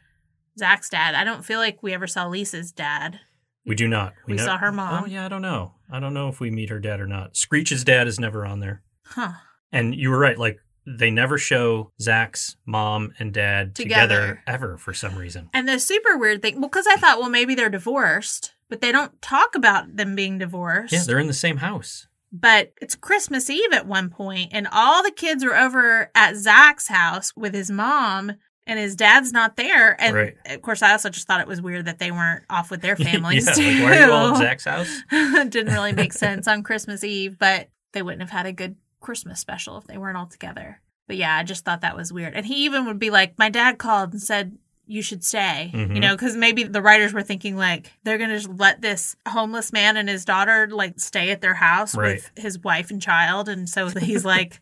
Speaker 2: Zach's dad. I don't feel like we ever saw Lisa's dad.
Speaker 1: We do not.
Speaker 2: We
Speaker 1: know-
Speaker 2: saw her mom.
Speaker 1: Oh yeah, I don't know. I don't know if we meet her dad or not. Screech's dad is never on there.
Speaker 2: Huh.
Speaker 1: And you were right. Like they never show Zach's mom and dad together,
Speaker 2: Together.
Speaker 1: ever for some reason.
Speaker 2: And the super weird thing, well, because I thought, well, maybe they're divorced, but they don't talk about them being divorced.
Speaker 1: Yeah, they're in the same house.
Speaker 2: but it's Christmas Eve at one point, and all the kids are over at Zach's house with his mom, and his dad's not there. And
Speaker 1: Right.
Speaker 2: of course, I also just thought it was weird that they weren't off with their families.
Speaker 1: yeah, like,
Speaker 2: too.
Speaker 1: why are you all at Zach's house?
Speaker 2: Didn't really make sense on Christmas Eve, but they wouldn't have had a good Christmas special if they weren't all together. But yeah, I just thought that was weird. And he even would be like, "My dad called and said." You should stay, you
Speaker 1: Mhm.
Speaker 2: know, because maybe the writers were thinking like they're gonna just let this homeless man and his daughter like stay at their house
Speaker 1: Right.
Speaker 2: with his wife and child, and so he's like,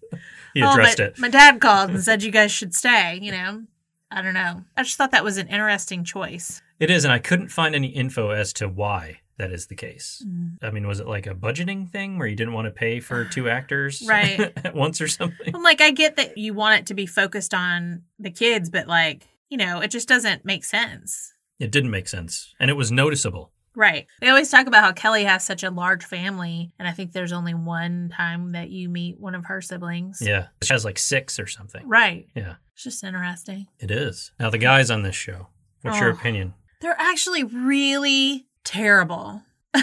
Speaker 1: He
Speaker 2: "Oh,
Speaker 1: addressed
Speaker 2: my,
Speaker 1: it.
Speaker 2: my dad called and said you guys should stay," you know. I don't know. I just thought that was an interesting choice.
Speaker 1: It is, and I couldn't find any info as to why that is the case.
Speaker 2: Mm.
Speaker 1: I mean, was it like a budgeting thing where you didn't want to pay for two actors
Speaker 2: Right.
Speaker 1: at once or something?
Speaker 2: I'm like, I get that you want it to be focused on the kids, but like, you know, it just doesn't make sense.
Speaker 1: It didn't make sense, and it was noticeable.
Speaker 2: Right. They always talk about how Kelly has such a large family, and I think there's only one time that you meet one of her siblings.
Speaker 1: Yeah. She has like six or something.
Speaker 2: Right.
Speaker 1: Yeah,
Speaker 2: It's just interesting.
Speaker 1: it is. Now, the guys on this show, what's your
Speaker 2: Oh.
Speaker 1: opinion?
Speaker 2: They're actually really terrible.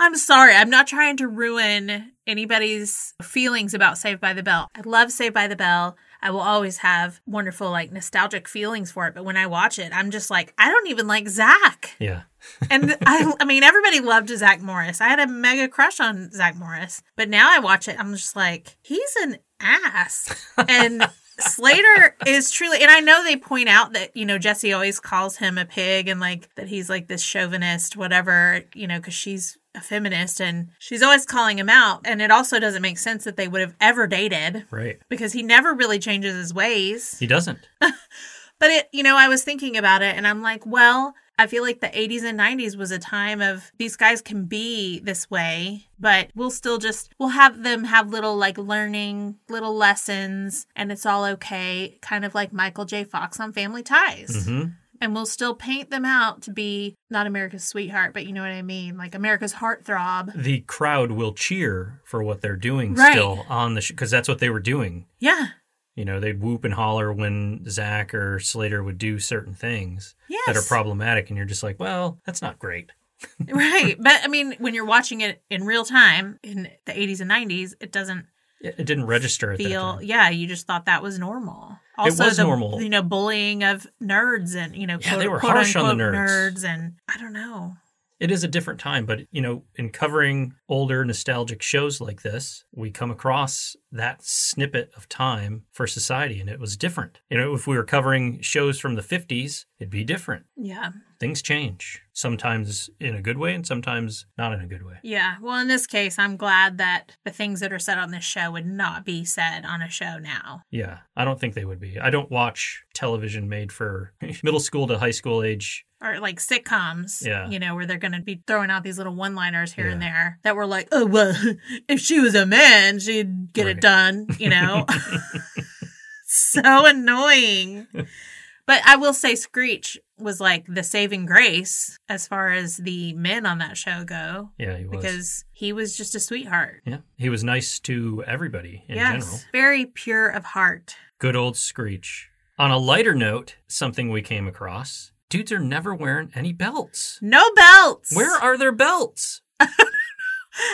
Speaker 2: I'm sorry. I'm not trying to ruin anybody's feelings about Saved by the Bell. I love Saved by the Bell. I will always have wonderful, like, nostalgic feelings for it. But when I watch it, I'm just like, I don't even like Zach.
Speaker 1: Yeah.
Speaker 2: And I, I mean, everybody loved Zach Morris. I had a mega crush on Zach Morris, but now I watch it. I'm just like, he's an ass. And Slater is truly, and I know they point out that, you know, Jesse always calls him a pig and like that he's like this chauvinist, whatever, you know, because she's a feminist and she's always calling him out. And it also doesn't make sense that they would have ever dated
Speaker 1: Right.
Speaker 2: because he never really changes his ways.
Speaker 1: He doesn't.
Speaker 2: But it, you know, I was thinking about it and I'm like, well, I feel like the 80s and 90s was a time of these guys can be this way, but we'll still just, we'll have them have little like learning, little lessons, and it's all okay, kind of like Michael J. Fox on Family Ties.
Speaker 1: hmm
Speaker 2: And we'll still paint them out to be not America's sweetheart, but you know what I mean? Like America's heartthrob.
Speaker 1: The crowd will cheer for what they're doing
Speaker 2: Right.
Speaker 1: still on the show because that's what they were doing.
Speaker 2: Yeah.
Speaker 1: You know, they'd whoop and holler when Zach or Slater would do certain things
Speaker 2: Yes.
Speaker 1: that are problematic, and you're just like, well, that's not great.
Speaker 2: right. But I mean, when you're watching it in real time in the 80s and 90s, it doesn't
Speaker 1: It, it didn't register at that
Speaker 2: feel
Speaker 1: time.
Speaker 2: yeah you just thought that was normal also
Speaker 1: was
Speaker 2: the,
Speaker 1: normal.
Speaker 2: you know bullying of nerds and you know
Speaker 1: Yeah,
Speaker 2: quote,
Speaker 1: they were
Speaker 2: quote
Speaker 1: harsh on the
Speaker 2: unquote
Speaker 1: nerds.
Speaker 2: and i don't know
Speaker 1: It is a different time, but you know, in covering older nostalgic shows like this, we come across that snippet of time for society, and it was different. You know, if we were covering shows from the 50s, it'd be different.
Speaker 2: yeah
Speaker 1: Things change, sometimes in a good way, and sometimes not in a good way.
Speaker 2: yeah well in this case i'm glad that the things that are said on this show would not be said on a show now
Speaker 1: Yeah, I don't think they would be. I don't watch television made for middle school to high school age.
Speaker 2: or like sitcoms
Speaker 1: Yeah.
Speaker 2: you know where they're gonna be throwing out these little one liners here and
Speaker 1: Yeah.
Speaker 2: there that were like oh well if she was a man she'd get it
Speaker 1: Right.
Speaker 2: done you know so annoying. But I will say Screech was like the saving grace as far as the men on that show go
Speaker 1: Yeah, he was.
Speaker 2: because he was just a sweetheart.
Speaker 1: yeah, he was nice to everybody in
Speaker 2: yes.
Speaker 1: general.
Speaker 2: Very pure of heart.
Speaker 1: Good old Screech. On a lighter note, something we came across: dudes are never wearing any belts.
Speaker 2: No belts.
Speaker 1: Where are their belts?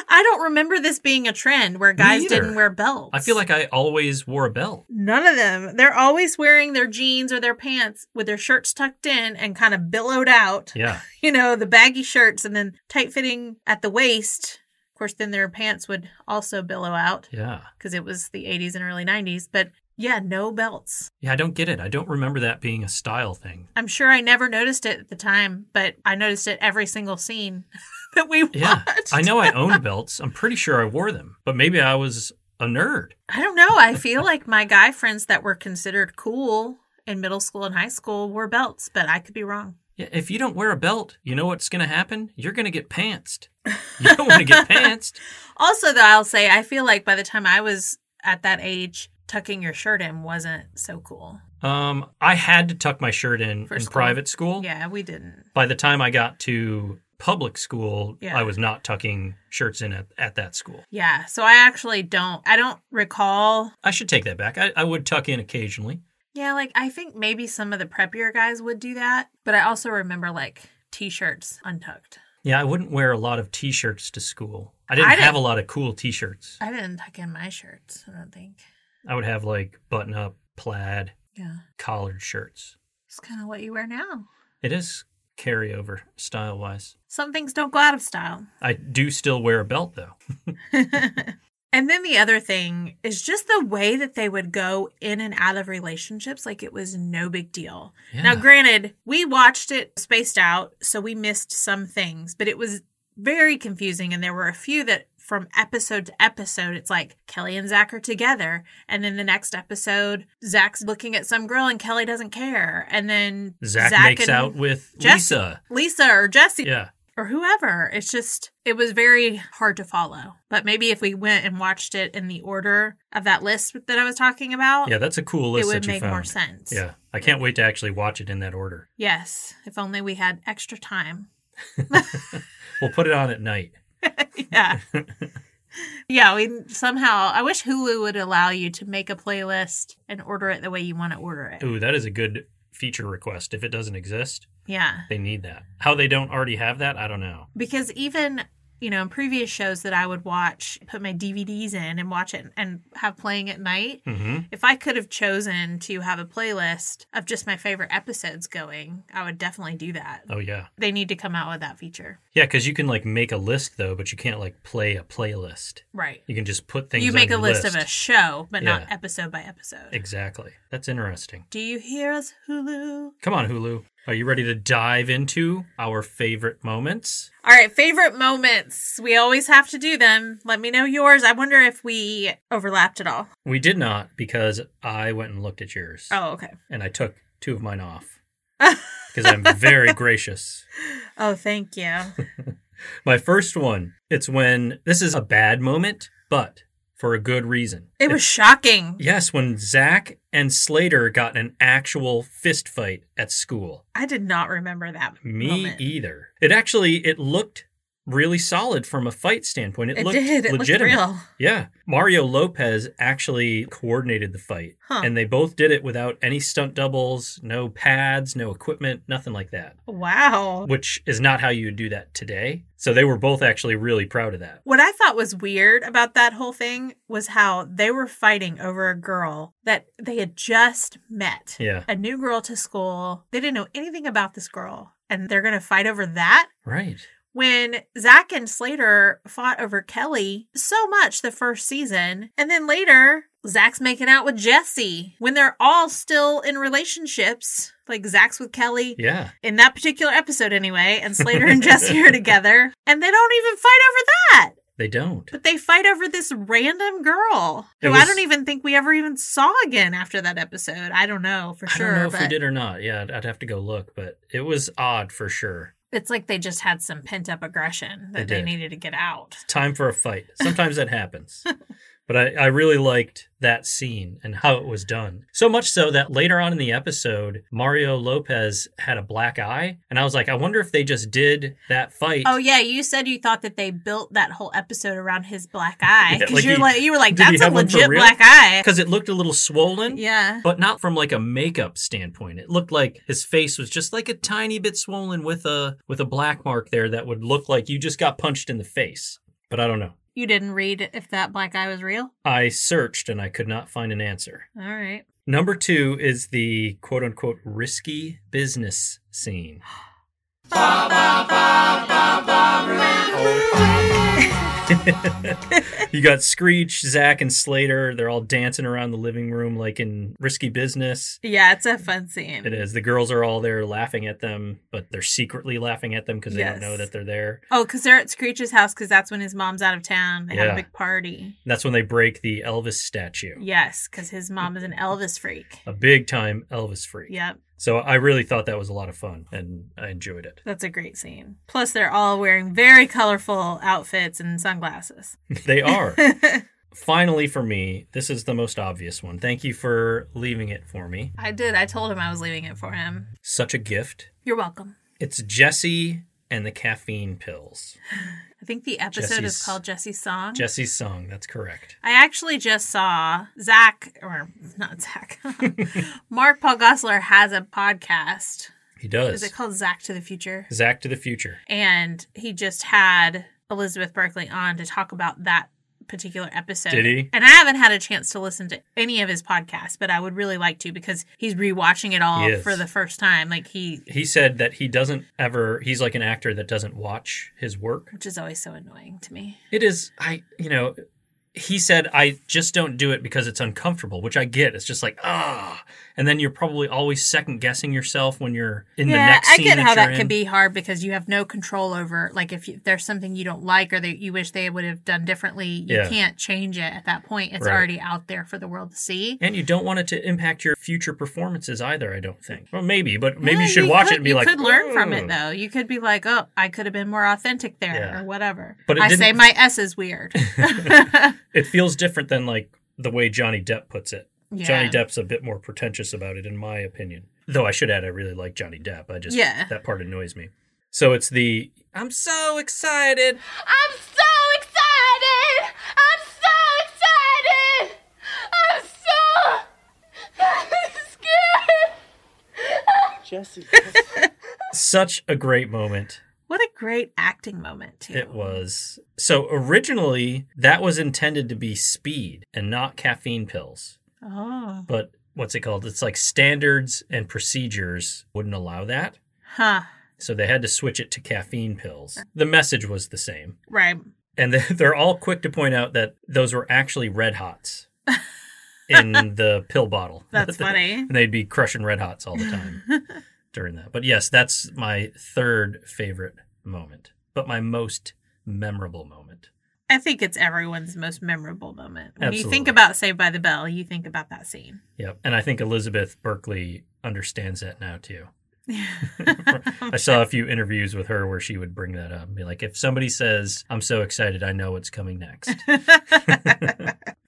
Speaker 2: I don't remember this being a trend where guys
Speaker 1: either.
Speaker 2: didn't wear belts.
Speaker 1: I feel like I always wore a belt.
Speaker 2: none of them. They're always wearing their jeans or their pants with their shirts tucked in and kind of billowed out.
Speaker 1: Yeah,
Speaker 2: you know, the baggy shirts and then tight fitting at the waist. Of course, then their pants would also billow out
Speaker 1: yeah,
Speaker 2: because it was the 80s and early 90s. But yeah, no belts.
Speaker 1: yeah. I don't get it. I don't remember that being a style thing.
Speaker 2: I'm sure I never noticed it at the time, but I noticed it every single scene that we watched.
Speaker 1: Yeah, I know I owned belts. I'm pretty sure I wore them, but maybe I was a nerd.
Speaker 2: I don't know. I feel like my guy friends that were considered cool in middle school and high school wore belts, but I could be wrong.
Speaker 1: Yeah, if you don't wear a belt, you know what's going to happen? You're going to get pantsed. You don't want to get pantsed.
Speaker 2: Also, though, I'll say I feel like by the time I was at that age, tucking your shirt in wasn't so cool.
Speaker 1: Um, I had to tuck my shirt in
Speaker 2: For
Speaker 1: in
Speaker 2: school.
Speaker 1: private school.
Speaker 2: Yeah, we didn't.
Speaker 1: By the time I got to public school,
Speaker 2: Yeah.
Speaker 1: I was not tucking shirts in at, at that school.
Speaker 2: Yeah, so I actually don't. I don't recall.
Speaker 1: I should take that back. I, I would tuck in occasionally.
Speaker 2: Yeah, like I think maybe some of the preppier guys would do that, but I also remember like t-shirts untucked.
Speaker 1: Yeah, I wouldn't wear a lot of t-shirts to school. I didn't,
Speaker 2: I didn't-
Speaker 1: have a lot of cool t-shirts.
Speaker 2: I didn't tuck in my shirts. I don't think.
Speaker 1: I would have like button-up, plaid,
Speaker 2: Yeah,
Speaker 1: collared shirts.
Speaker 2: it's kind of what you wear now.
Speaker 1: It is carryover style-wise.
Speaker 2: Some things don't go out of style.
Speaker 1: I do still wear a belt though.
Speaker 2: And then the other thing is just the way that they would go in and out of relationships, like it was no big deal. Now,
Speaker 1: Yeah.
Speaker 2: granted, we watched it spaced out, so we missed some things, but it was very confusing. And there were a few that from episode to episode, it's like Kelly and Zach are together. And then the next episode, Zach's looking at some girl and Kelly doesn't care. And then
Speaker 1: Zach, makes
Speaker 2: and
Speaker 1: out with
Speaker 2: Jess-
Speaker 1: Lisa.
Speaker 2: Lisa or Jesse
Speaker 1: Yeah.
Speaker 2: or whoever. It's just, it was very hard to follow. But maybe if we went and watched it in the order of that list that I was talking about,
Speaker 1: Yeah, that's a cool
Speaker 2: it
Speaker 1: list
Speaker 2: would
Speaker 1: that you
Speaker 2: make
Speaker 1: found.
Speaker 2: more sense.
Speaker 1: Yeah. I can't wait to actually watch it in that order.
Speaker 2: Yes, if only we had extra time.
Speaker 1: we'll put it on at night.
Speaker 2: yeah. Yeah, we somehow I wish Hulu would allow you to make a playlist and order it the way you want to order it.
Speaker 1: Ooh, that is a good feature request. If it doesn't exist,
Speaker 2: Yeah.
Speaker 1: they need that. How they don't already have that, I don't know.
Speaker 2: Because even, you know, in previous shows that I would watch, put my DVDs in and watch it and have playing at night,
Speaker 1: hmm
Speaker 2: if I could have chosen to have a playlist of just my favorite episodes going, I would definitely do that.
Speaker 1: Oh yeah,
Speaker 2: They need to come out with that feature.
Speaker 1: yeah. Because you can like make a list though, but you can't like play a playlist.
Speaker 2: Right.
Speaker 1: You can just put things.
Speaker 2: you make
Speaker 1: on your
Speaker 2: a list, of a show, but not
Speaker 1: Yeah.
Speaker 2: episode by episode.
Speaker 1: Exactly. That's interesting.
Speaker 2: Do you hear us, Hulu?
Speaker 1: Come on, Hulu. Are you ready to dive into our favorite moments?
Speaker 2: All right, favorite moments. We always have to do them. Let me know yours. I wonder if we overlapped at all.
Speaker 1: We did not because I went and looked at yours.
Speaker 2: Oh, okay.
Speaker 1: and I took two of mine off because I'm very gracious.
Speaker 2: Oh, thank you.
Speaker 1: My first one, it's when this is a bad moment, but for a good reason.
Speaker 2: It was shocking.
Speaker 1: Yes, when Zach and Slater got in an actual fist fight at school.
Speaker 2: I did not remember that.
Speaker 1: Me e,
Speaker 2: moment.
Speaker 1: either. It actually it looked really solid from a fight standpoint. It,
Speaker 2: It
Speaker 1: looked
Speaker 2: did. It looked
Speaker 1: legitimate.
Speaker 2: real.
Speaker 1: Yeah. Mario Lopez actually coordinated the fight.
Speaker 2: Huh.
Speaker 1: And they both did it without any stunt doubles, no pads, no equipment, nothing like that.
Speaker 2: Wow.
Speaker 1: which is not how you would do that today. So they were both actually really proud of that.
Speaker 2: What I thought was weird about that whole thing was how they were fighting over a girl that they had just met.
Speaker 1: Yeah.
Speaker 2: A new girl to school. They didn't know anything about this girl. And they're going to fight over that.
Speaker 1: Right.
Speaker 2: when Zach and Slater fought over Kelly so much the first season, and then later Zach's making out with Jesse when they're all still in relationships, like Zach's with Kelly
Speaker 1: Yeah.
Speaker 2: in that particular episode anyway, and Slater and Jesse are together, and they don't even fight over that,
Speaker 1: They don't.
Speaker 2: but they fight over this random girl
Speaker 1: It
Speaker 2: who I
Speaker 1: was-
Speaker 2: don't even think we ever even saw again after that episode. I don't know for sure,
Speaker 1: I don't know if we
Speaker 2: but
Speaker 1: did or not. Yeah, I'd, I'd have to go look, but it was odd for sure.
Speaker 2: it's like they just had some pent up aggression that
Speaker 1: They
Speaker 2: they
Speaker 1: did.
Speaker 2: needed to get out.
Speaker 1: Time for a fight. Sometimes that happens. But I, I really liked that scene and how it was done. So much so that later on in the episode, Mario Lopez had a black eye. And I was like, I wonder if they just did that fight.
Speaker 2: Oh yeah, you said you thought that they built that whole episode around his black eye
Speaker 1: Yeah,
Speaker 2: because
Speaker 1: like
Speaker 2: you're
Speaker 1: he-
Speaker 2: like you were like
Speaker 1: did he
Speaker 2: that's a
Speaker 1: have one for
Speaker 2: legit
Speaker 1: real?"
Speaker 2: black eye.
Speaker 1: Because it looked a little swollen.
Speaker 2: Yeah,
Speaker 1: but not from like a makeup standpoint. It looked like his face was just like a tiny bit swollen with a with a black mark there that would look like you just got punched in the face. But I don't know.
Speaker 2: you didn't read if that black eye was real.
Speaker 1: I searched and I could not find an answer.
Speaker 2: All right.
Speaker 1: Number 2 is the quote unquote risky business scene. you got Screech, Zach, and Slater. They're all dancing around the living room like in risky business.
Speaker 2: Yeah, it's a fun scene.
Speaker 1: It is. The girls are all there laughing at them, but they're secretly laughing at them because they
Speaker 2: Yes.
Speaker 1: don't know that they're there.
Speaker 2: Oh, because they're at Screech's house because that's when his mom's out of town. They have
Speaker 1: Yeah.
Speaker 2: a big party.
Speaker 1: That's when they break the Elvis statue.
Speaker 2: Yes, because his mom is an Elvis freak.
Speaker 1: A big time Elvis freak.
Speaker 2: Yep,
Speaker 1: So I really thought that was a lot of fun and I enjoyed it.
Speaker 2: that's a great scene. Plus, they're all wearing very colorful outfits and sunglasses.
Speaker 1: They are. Finally, for me, this is the most obvious one. Thank you for leaving it for me.
Speaker 2: I did. I told him I was leaving it for him.
Speaker 1: Such a gift.
Speaker 2: You're welcome.
Speaker 1: It's Jesse and the caffeine pills.
Speaker 2: I think the episode
Speaker 1: Jesse's-
Speaker 2: is called Jesse's Song.
Speaker 1: Jesse's song. That's correct.
Speaker 2: I actually just saw Zach, or not Zach, Mark Paul Gosselaar has a podcast.
Speaker 1: He does.
Speaker 2: Is it called Zach to the Future?
Speaker 1: Zach to the future.
Speaker 2: And he just had Elizabeth Berkley on to talk about that particular episode.
Speaker 1: Did he?
Speaker 2: And I haven't had a chance to listen to any of his podcasts, but I would really like to because he's rewatching it all
Speaker 1: He is.
Speaker 2: for the first time. Like he,
Speaker 1: he said that he doesn't ever he's like an actor that doesn't watch his work
Speaker 2: which is always so annoying to me.
Speaker 1: it is i you know he said i just don't do it because it's uncomfortable which i get it's just like ah and then you're probably always second guessing yourself when you're in the next
Speaker 2: I
Speaker 1: scene
Speaker 2: get
Speaker 1: that
Speaker 2: how
Speaker 1: you're
Speaker 2: that
Speaker 1: in.
Speaker 2: can be hard because you have no control over like if you, there's something you don't like or that you wish they would have done differently, you
Speaker 1: Yeah.
Speaker 2: can't change it at that point. It's
Speaker 1: Right.
Speaker 2: already out there for the world to see.
Speaker 1: and you don't want it to impact your future performances either i don't think well maybe but maybe
Speaker 2: Well,
Speaker 1: you should watch
Speaker 2: could-
Speaker 1: it and be
Speaker 2: you
Speaker 1: like
Speaker 2: could learn from
Speaker 1: "Ooh."
Speaker 2: it though. You could be like, oh, I could have been more authentic there
Speaker 1: Yeah.
Speaker 2: or whatever.
Speaker 1: But it
Speaker 2: I say
Speaker 1: didn't-
Speaker 2: my S is weird.
Speaker 1: it feels different than like the way johnny depp puts it
Speaker 2: Yeah.
Speaker 1: Johnny Depp's a bit more pretentious about it, in my opinion. Though I should add, I really like Johnny Depp. I just
Speaker 2: Yeah.
Speaker 1: that part annoys me. So it's the
Speaker 7: I'm so excited.
Speaker 5: I'm so excited! I'm so excited! I'm so scared!
Speaker 1: such a great moment.
Speaker 2: What a great acting moment, too.
Speaker 1: It was. So originally, that was intended to be speed and not caffeine pills.
Speaker 2: Oh.
Speaker 1: But what's it called? It's like standards and procedures wouldn't allow that.
Speaker 2: Huh.
Speaker 1: So they had to switch it to caffeine pills. The message was the same.
Speaker 2: Right.
Speaker 1: And they- they're all quick to point out that those were actually red hots in the pill bottle.
Speaker 2: That's funny.
Speaker 1: And they'd be crushing red hots all the time during that. But yes, that's my third favorite moment, but my most memorable moment.
Speaker 2: I think it's everyone's most memorable moment. When you think
Speaker 1: Absolutely.
Speaker 2: about Saved by the Bell, you think about that scene.
Speaker 1: Yep. And I think Elizabeth Berkley understands that now too. I saw a few interviews with her where she would bring that up and be like, if somebody says, I'm so excited, I know what's coming next.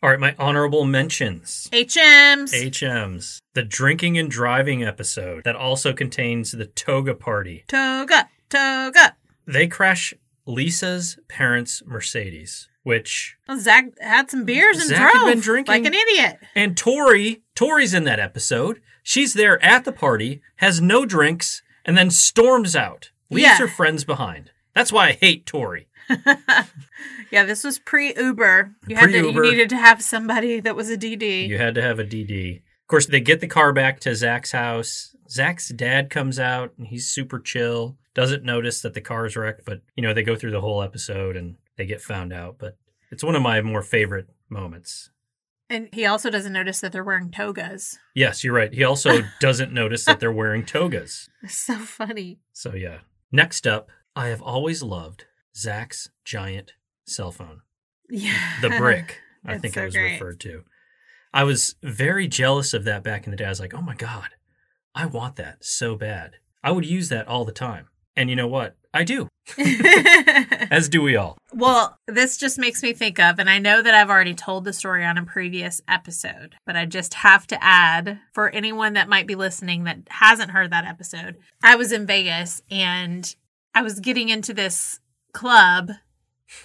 Speaker 1: All right, my honorable mentions.
Speaker 2: HMs.
Speaker 1: HMs. The drinking and driving episode that also contains the toga party.
Speaker 2: Toga. Toga.
Speaker 1: They crash Lisa's parents' Mercedes, which
Speaker 2: Well, Zach had some beers and
Speaker 1: Zach had
Speaker 2: drove
Speaker 1: been drinking.
Speaker 2: like an idiot.
Speaker 1: and Tori, Tori's in that episode. She's there at the party, has no drinks, and then storms out. Leaves
Speaker 2: Yeah.
Speaker 1: her friends behind. That's why I hate Tori.
Speaker 2: Yeah, this was pre Uber. You had to, you
Speaker 1: Pre-Uber.
Speaker 2: needed to have somebody that was a DD.
Speaker 1: You had to have a DD. Of course, they get the car back to Zach's house. Zach's dad comes out and he's super chill. Doesn't notice that the car's wrecked, but you know, they go through the whole episode and they get found out. But it's one of my more favorite moments.
Speaker 2: And he also doesn't notice that they're wearing togas.
Speaker 1: Yes, you're right. He also doesn't notice that they're wearing togas.
Speaker 2: It's so funny.
Speaker 1: So, yeah. Next up, I have always loved Zach's giant cell phone,
Speaker 2: Yeah.
Speaker 1: the brick, I
Speaker 2: That's
Speaker 1: think
Speaker 2: so
Speaker 1: it was
Speaker 2: great.
Speaker 1: referred to. I was very jealous of that back in the day. I was like, oh my God, I want that so bad. I would use that all the time. And you know what? I do, as do we all.
Speaker 2: well, this just makes me think of, and I know that I've already told the story on a previous episode, but I just have to add for anyone that might be listening that hasn't heard that episode, I was in Vegas and I was getting into this club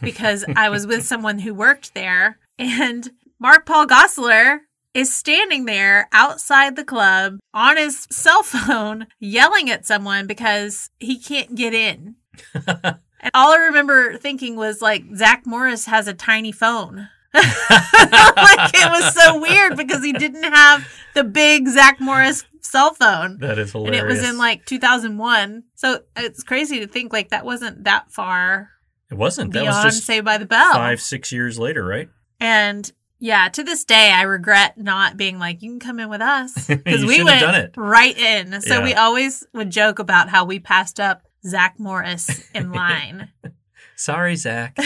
Speaker 2: because I was with someone who worked there, and Mark Paul Gosselaar is standing there outside the club on his cell phone yelling at someone because he can't get in. and all I remember thinking was like Zach Morris has a tiny phone. like it was so weird because he didn't have the big Zach Morris cell phone
Speaker 1: That is
Speaker 2: and
Speaker 1: hilarious.
Speaker 2: it was in like 2001. So it's crazy to think like that wasn't that far
Speaker 1: it wasn't. That was
Speaker 2: beyond
Speaker 1: just
Speaker 2: Saved by the Bell.
Speaker 1: five, six years later, right?
Speaker 2: And yeah, to this day, I regret not being like, you can come in with us because
Speaker 1: You
Speaker 2: we
Speaker 1: should have
Speaker 2: went
Speaker 1: done it.
Speaker 2: right in. So
Speaker 1: Yeah.
Speaker 2: we always would joke about how we passed up Zach Morris in line.
Speaker 1: Sorry, Zach.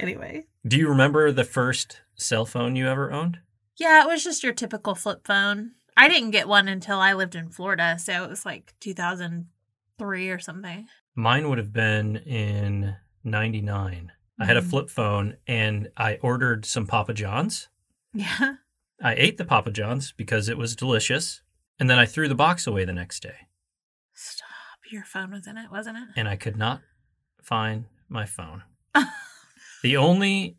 Speaker 2: anyway,
Speaker 1: do you remember the first cell phone you ever owned?
Speaker 2: yeah, it was just your typical flip phone. I didn't get one until I lived in Florida, so it was like 2003 or something.
Speaker 1: Mine would have been in 99. I had a
Speaker 2: Mhm.
Speaker 1: flip phone and I ordered some Papa John's.
Speaker 2: Yeah.
Speaker 1: I ate the Papa John's because it was delicious. And then I threw the box away the next day
Speaker 2: Stop. Your phone was in it, wasn't it?
Speaker 1: and I could not find my phone. the only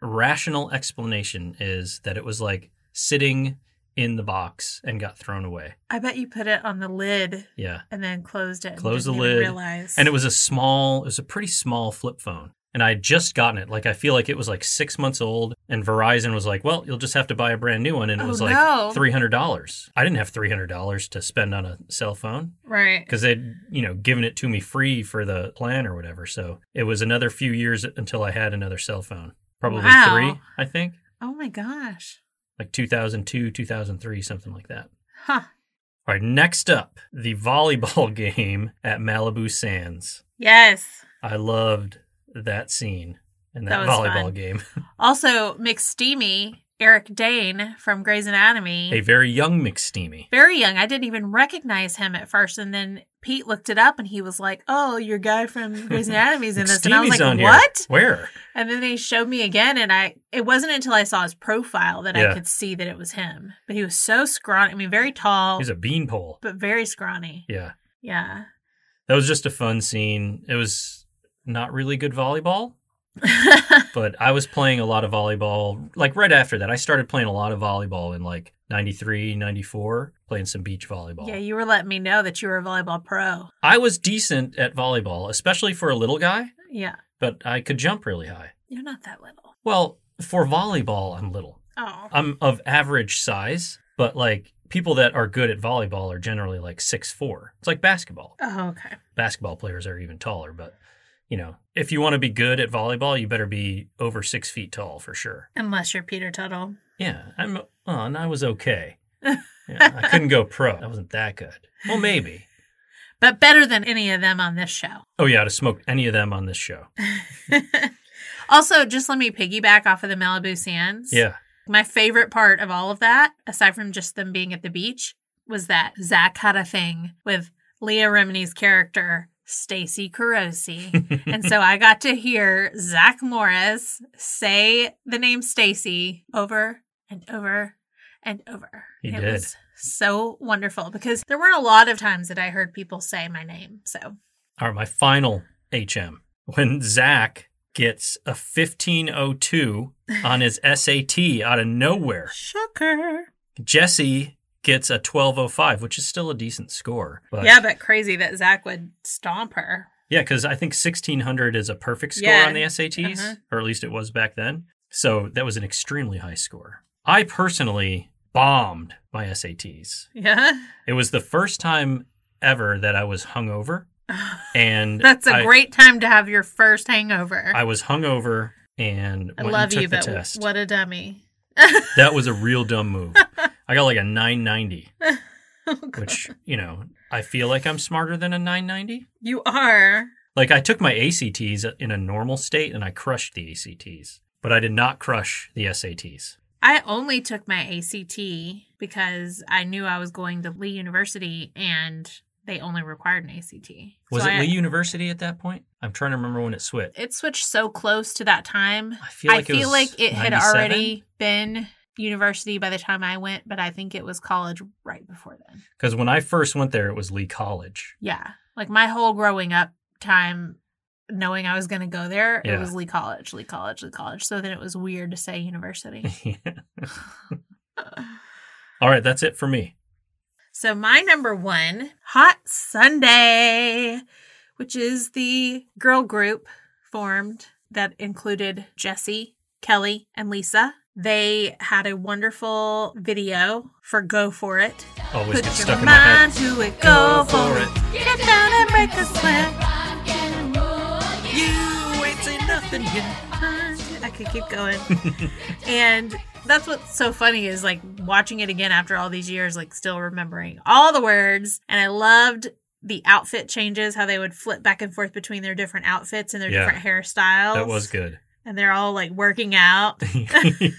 Speaker 1: rational explanation is that it was like sitting in the box and got thrown away.
Speaker 2: I bet you put it on the lid
Speaker 1: Yeah.
Speaker 2: and then closed it. and
Speaker 1: Close the
Speaker 2: didn't even
Speaker 1: lid.
Speaker 2: Realize.
Speaker 1: And it was a small, it was a pretty small flip phone. And I had just gotten it. Like, I feel like it was like six months old. And Verizon was like, well, you'll just have to buy a brand new one. And it
Speaker 2: Oh,
Speaker 1: was
Speaker 2: no.
Speaker 1: like $300. I didn't have $300 to spend on a cell phone
Speaker 2: right.
Speaker 1: because they'd, you know, given it to me free for the plan or whatever. So it was another few years until I had another cell phone. Probably
Speaker 2: Wow.
Speaker 1: three, I think,
Speaker 2: Oh my gosh.
Speaker 1: like 2002, 2003, something like that.
Speaker 2: Huh.
Speaker 1: All right, next up, the volleyball game at Malibu Sands.
Speaker 2: Yes.
Speaker 1: I loved that scene and
Speaker 2: That
Speaker 1: that,
Speaker 2: was
Speaker 1: volleyball
Speaker 2: fun.
Speaker 1: game.
Speaker 2: Also, McSteamy, Eric Dane from Grey's Anatomy.
Speaker 1: A very young McSteamy.
Speaker 2: very young. I didn't even recognize him at first, and then Pete looked it up, and he was like, "Oh, your guy from Grey's Anatomy's in this," and I was
Speaker 1: McSteamy's
Speaker 2: like,
Speaker 1: on here.
Speaker 2: "What?"
Speaker 1: Where?
Speaker 2: And then they showed me again, and I it wasn't until I saw his profile that I
Speaker 1: Yeah.
Speaker 2: could see that it was him. But he was so scrawny. I mean, very tall,
Speaker 1: He's a beanpole.
Speaker 2: but very scrawny.
Speaker 1: Yeah.
Speaker 2: Yeah.
Speaker 1: that was just a fun scene. It was not really good volleyball, but I was playing a lot of volleyball. Like right after that, I started playing a lot of volleyball in like 93, 94, playing some beach volleyball.
Speaker 2: yeah, you were letting me know that you were a volleyball pro.
Speaker 1: I was decent at volleyball, especially for a little guy,
Speaker 2: Yeah,
Speaker 1: but I could jump really high.
Speaker 2: you're not that little.
Speaker 1: Well, for volleyball, I'm little.
Speaker 2: Oh,
Speaker 1: I'm of average size, but like people that are good at volleyball are generally like six four. It's like basketball.
Speaker 2: oh, okay.
Speaker 1: Basketball players are even taller, but you know, if you want to be good at volleyball, you better be over six feet tall for sure.
Speaker 2: Unless you're Peter Tuttle.
Speaker 1: Yeah, I'm. Oh, and I was okay. Yeah, I couldn't go pro. I wasn't that good. Well, maybe.
Speaker 2: but better than any of them on this show.
Speaker 1: Oh yeah, to smoke any of them on this show.
Speaker 2: also, just let me piggyback off of the Malibu Sands.
Speaker 1: Yeah.
Speaker 2: My favorite part of all of that, aside from just them being at the beach, was that Zach had a thing with Leah Remini's character, Stacy Carosi. and so I got to hear Zach Morris say the name Stacy over and over and over.
Speaker 1: He
Speaker 2: it
Speaker 1: did.
Speaker 2: was so wonderful because there weren't a lot of times that I heard people say my name. So
Speaker 1: All right, my final HM. When Zach gets a 1502 on his SAT out of nowhere,
Speaker 2: shocker.
Speaker 1: Jesse gets a 1205, which is still a decent score. But
Speaker 2: yeah, but crazy that Zach would stomp her.
Speaker 1: because I think 1600 is a perfect score
Speaker 2: Yeah.
Speaker 1: on the SATs,
Speaker 2: Uh-huh.
Speaker 1: or at least it was back then. So that was an extremely high score. I personally bombed my SATs.
Speaker 2: Yeah.
Speaker 1: It was the first time ever that I was hungover. And
Speaker 2: That's a
Speaker 1: I-
Speaker 2: great time to have your first hangover. I,
Speaker 1: I was hungover and went and
Speaker 2: love
Speaker 1: took
Speaker 2: you,
Speaker 1: the
Speaker 2: but
Speaker 1: test.
Speaker 2: what a dummy.
Speaker 1: That was a real dumb move. I got like a 990,
Speaker 2: Oh,
Speaker 1: which, you know, I feel like I'm smarter than a 990.
Speaker 2: You are.
Speaker 1: Like I took my ACTs in a normal state and I crushed the ACTs, but I did not crush the SATs.
Speaker 2: I only took my ACT because I knew I was going to Lee University and they only required an ACT.
Speaker 1: Was
Speaker 2: So
Speaker 1: it
Speaker 2: I-
Speaker 1: Lee University at that point? I'm trying to remember when it switched.
Speaker 2: It switched so close to that time.
Speaker 1: I feel like
Speaker 2: I
Speaker 1: it was
Speaker 2: feel like it had
Speaker 1: 97?
Speaker 2: already been university by the time I went, but I think it was college right before then.
Speaker 1: Because when I first went there, it was Lee College.
Speaker 2: Yeah. Like my whole growing up time knowing I was going to go there,
Speaker 1: Yeah.
Speaker 2: it was Lee College, Lee College, Lee College. So then it was weird to say university.
Speaker 1: All right, that's it for me.
Speaker 2: so my number 1, Hot Sunday, which is the girl group formed that included Jesse, Kelly, and Lisa. They had a wonderful video for Go For It.
Speaker 1: Always
Speaker 2: Put
Speaker 1: gets
Speaker 2: your
Speaker 1: stuck in my head.
Speaker 2: mind to it, go, for it. Get down and break a sweat.
Speaker 7: You ain't say nothing yet.
Speaker 2: I could keep going. and that's what's so funny is like watching it again after all these years, like still remembering all the words. And I loved the outfit changes, how they would flip back and forth between their different outfits and their
Speaker 1: Yeah.
Speaker 2: different hairstyles.
Speaker 1: That was good.
Speaker 2: And they're all like working out.
Speaker 1: it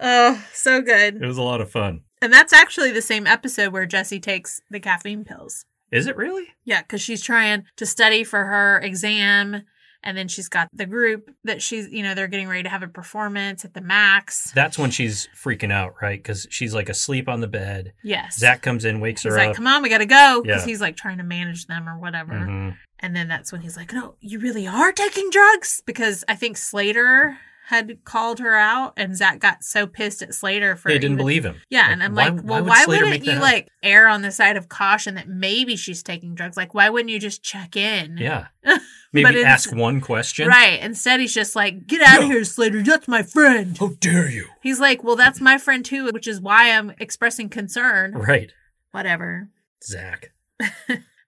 Speaker 2: Oh, so good.
Speaker 1: was a lot of fun.
Speaker 2: And that's actually the same episode where Jesse takes the caffeine pills.
Speaker 1: Is it really?
Speaker 2: Yeah, because she's trying to study for her exam. And then she's got the group that she's, you know, they're getting ready to have a performance at the max.
Speaker 1: That's when she's freaking out, right? Because she's like asleep on the bed.
Speaker 2: Yes.
Speaker 1: Zach comes in, wakes
Speaker 2: He's
Speaker 1: her
Speaker 2: like,
Speaker 1: up.
Speaker 2: come on, we gotta go. Because
Speaker 1: Yeah.
Speaker 2: he's like trying to manage them or whatever.
Speaker 1: Mhm.
Speaker 2: And then that's when he's like, no, you really are taking drugs? Because I think Slater had called her out and Zach got so pissed at Slater for
Speaker 1: They didn't
Speaker 2: even-
Speaker 1: believe him.
Speaker 2: Yeah, and I'm like, well,
Speaker 1: would
Speaker 2: why,
Speaker 1: Slater
Speaker 2: wouldn't
Speaker 1: make that
Speaker 2: you
Speaker 1: up?
Speaker 2: like err on the side of caution that maybe she's taking drugs? Like, why wouldn't you just check in?
Speaker 1: Yeah.
Speaker 2: But
Speaker 1: Maybe
Speaker 2: it's-
Speaker 1: ask one question.
Speaker 2: Right. Instead, he's just like, get out of
Speaker 1: No.
Speaker 2: here, Slater. That's my friend.
Speaker 1: How dare you?
Speaker 2: He's like, well, that's my friend too, which is why I'm expressing concern.
Speaker 1: Right.
Speaker 2: Whatever.
Speaker 1: Zach.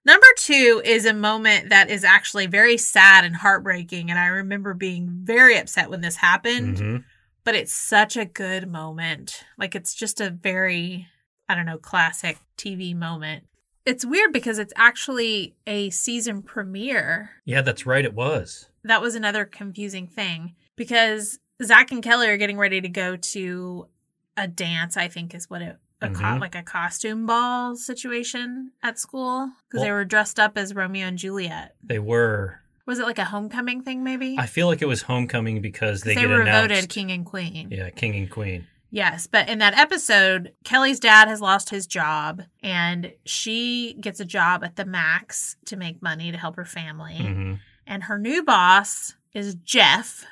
Speaker 2: Number two is a moment that is actually very sad and heartbreaking. And I remember being very upset when this happened,
Speaker 1: hmm
Speaker 2: but it's such a good moment. Like, it's just a very, I don't know, classic TV moment. It's weird because it's actually a season premiere
Speaker 1: Yeah, that's right. It was.
Speaker 2: that was another confusing thing because Zach and Kelly are getting ready to go to a dance, I think is what it a co-
Speaker 1: Mhm.
Speaker 2: like a costume ball situation at school because they
Speaker 1: Well-
Speaker 2: were dressed up as Romeo and Juliet.
Speaker 1: They were.
Speaker 2: Was it like a homecoming thing maybe?
Speaker 1: I feel like it was homecoming because
Speaker 2: 'Cause
Speaker 1: they,
Speaker 2: they
Speaker 1: get
Speaker 2: were
Speaker 1: announced.
Speaker 2: voted king and queen.
Speaker 1: Yeah, king and queen.
Speaker 2: Yes, but in that episode, Kelly's dad has lost his job and she gets a job at the Max to make money to help her family.
Speaker 1: hmm
Speaker 2: And her new boss is Jeff,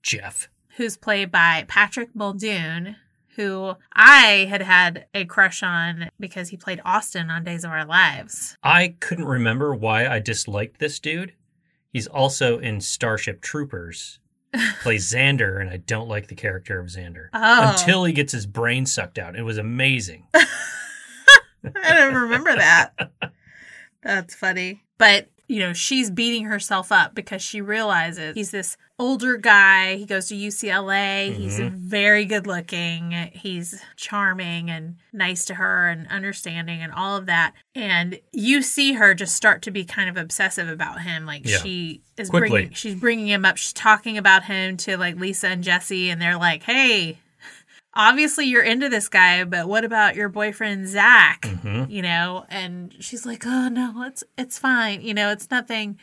Speaker 1: Jeff.
Speaker 2: who's played by Patrick Muldoon, who I had had a crush on because he played Austin on Days of Our Lives.
Speaker 1: I couldn't remember why I disliked this dude. He's also in Starship Troopers, plays Xander, and I don't like the character of Xander
Speaker 2: Oh.
Speaker 1: until he gets his brain sucked out. It was amazing.
Speaker 2: I don't remember that. That's funny. But, you know, she's beating herself up because she realizes he's this older guy. He goes to UCLA. He's
Speaker 1: Mhm.
Speaker 2: very good looking. He's charming and nice to her and understanding and all of that. And you see her just start to be kind of obsessive about him. Like
Speaker 1: Yeah.
Speaker 2: she is
Speaker 1: Quickly.
Speaker 2: bringing, she's bringing him up. She's talking about him to like Lisa and Jesse. And they're like, hey, obviously you're into this guy, but what about your boyfriend, Zach?
Speaker 1: hmm
Speaker 2: you know and she's like oh no it's it's fine you know it's nothing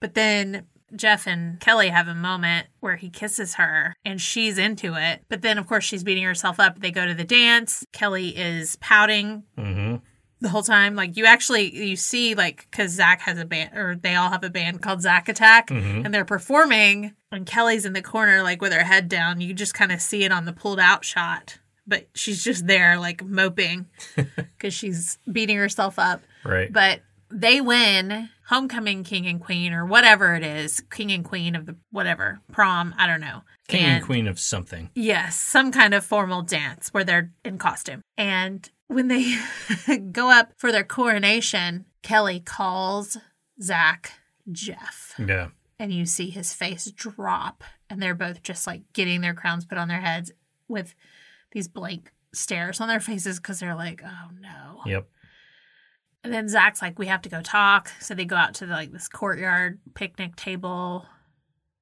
Speaker 2: but then jeff and kelly have a moment where he kisses her and she's into it but then of course she's beating herself up they go to the dance kelly is pouting
Speaker 1: hmm
Speaker 2: the whole time like you actually you see like because zach has a band or they all have a band called zach attack
Speaker 1: Mhm.
Speaker 2: and they're performing and kelly's in the corner like with her head down you just kind of see it on the pulled out shot but she's just there like moping because she's beating herself up
Speaker 1: Right.
Speaker 2: but they win homecoming king and queen or whatever it is king and queen of the whatever prom i don't know
Speaker 1: King
Speaker 2: and,
Speaker 1: and queen of something.
Speaker 2: Yes, some kind of formal dance where they're in costume. And when they go up for their coronation, Kelly calls Zach Jeff.
Speaker 1: Yeah.
Speaker 2: And you see his face drop. And they're both just like getting their crowns put on their heads with these blank stares on their faces because they're like, oh no.
Speaker 1: Yep.
Speaker 2: And then Zach's like, we have to go talk. So they go out to like this courtyard picnic table.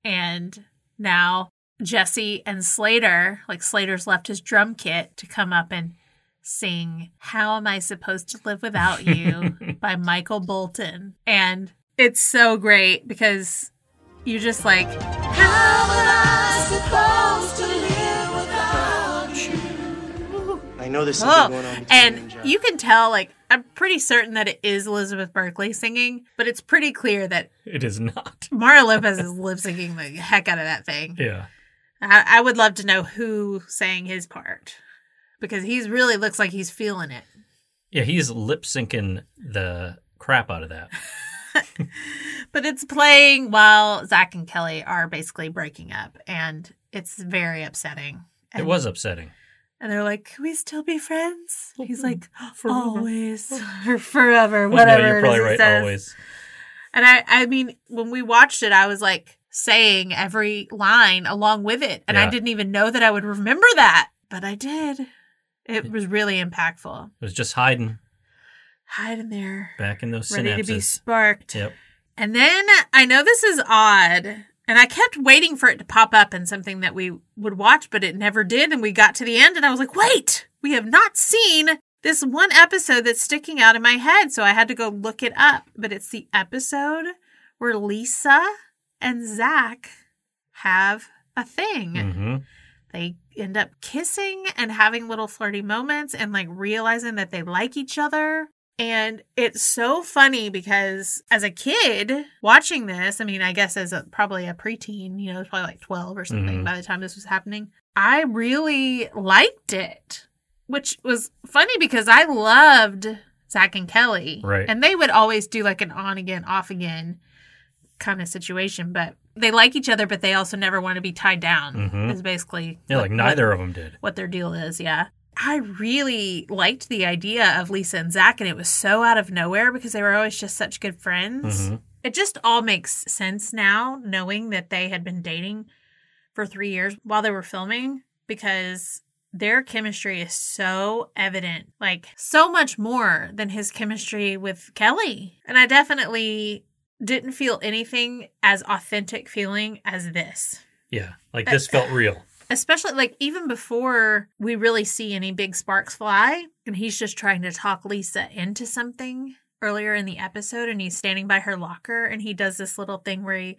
Speaker 2: And now Jesse and Slater, like Slater's left his drum kit to come up and sing How Am I Supposed to Live Without You by Michael Bolton. And it's so great because you're just like,
Speaker 8: I know there's something going on
Speaker 2: Oh,
Speaker 8: between you and
Speaker 2: and
Speaker 8: Jeff.
Speaker 2: you can tell, like, I'm pretty certain that it is Elizabeth Berkley singing, but it's pretty clear that
Speaker 1: It is not.
Speaker 2: Mara Lopez is lip syncing the heck out of that thing.
Speaker 1: Yeah.
Speaker 2: I, I would love to know who sang his part because he's really looks like he's feeling it.
Speaker 1: Yeah. He is lip syncing the crap out of that.
Speaker 2: But it's playing while Zach and Kelly are basically breaking up, and it's very upsetting.
Speaker 1: It
Speaker 2: And-
Speaker 1: was upsetting.
Speaker 2: and they're like, "Can we still be friends?" And He's like,
Speaker 1: Mm-hmm. Forever.
Speaker 2: "Always or forever,
Speaker 1: Well,
Speaker 2: whatever."
Speaker 1: no,
Speaker 2: it
Speaker 1: you're
Speaker 2: is
Speaker 1: probably
Speaker 2: he
Speaker 1: right.
Speaker 2: says.
Speaker 1: Always.
Speaker 2: And I, I mean, when we watched it, I was like saying every line along with it. And I
Speaker 1: Yeah.
Speaker 2: didn't even know that I would remember that, but I did. It was really impactful.
Speaker 1: It was just hiding
Speaker 2: Hide in there,
Speaker 1: back in those synapses.
Speaker 2: ready to be sparked.
Speaker 1: Yep.
Speaker 2: And then I know this is odd. And I kept waiting for it to pop up in something that we would watch, but it never did. And we got to the end and I was like, wait, we have not seen this one episode that's sticking out in my head. So I had to go look it up. But it's the episode where Lisa and Zach have a thing.
Speaker 1: hmm
Speaker 2: They end up kissing and having little flirty moments and like realizing that they like each other. And it's so funny because as a kid watching this, I mean, I guess as a, probably a preteen, you know, it's probably like 12 or something
Speaker 1: Mhm.
Speaker 2: by the time this was happening, I really liked it, which was funny because I loved Zach and Kelly.
Speaker 1: Right.
Speaker 2: And they would always do like an on again, off again kind of situation, but they like each other, but they also never want to be tied down.
Speaker 1: Mhm.
Speaker 2: Is basically
Speaker 1: Yeah.
Speaker 2: what-
Speaker 1: Like neither of them did.
Speaker 2: what, what their deal is. Yeah, I really liked the idea of Lisa and Zach, and it was so out of nowhere because they were always just such good friends.
Speaker 1: Mhm.
Speaker 2: It just all makes sense now, knowing that they had been dating for three years while they were filming because. Their chemistry is so evident, like so much more than his chemistry with Kelly. And I definitely didn't feel anything as authentic feeling as this
Speaker 1: Yeah. Like this felt real.
Speaker 2: especially like even before we really see any big sparks fly and he's just trying to talk lisa into something earlier in the episode and he's standing by her locker and he does this little thing where he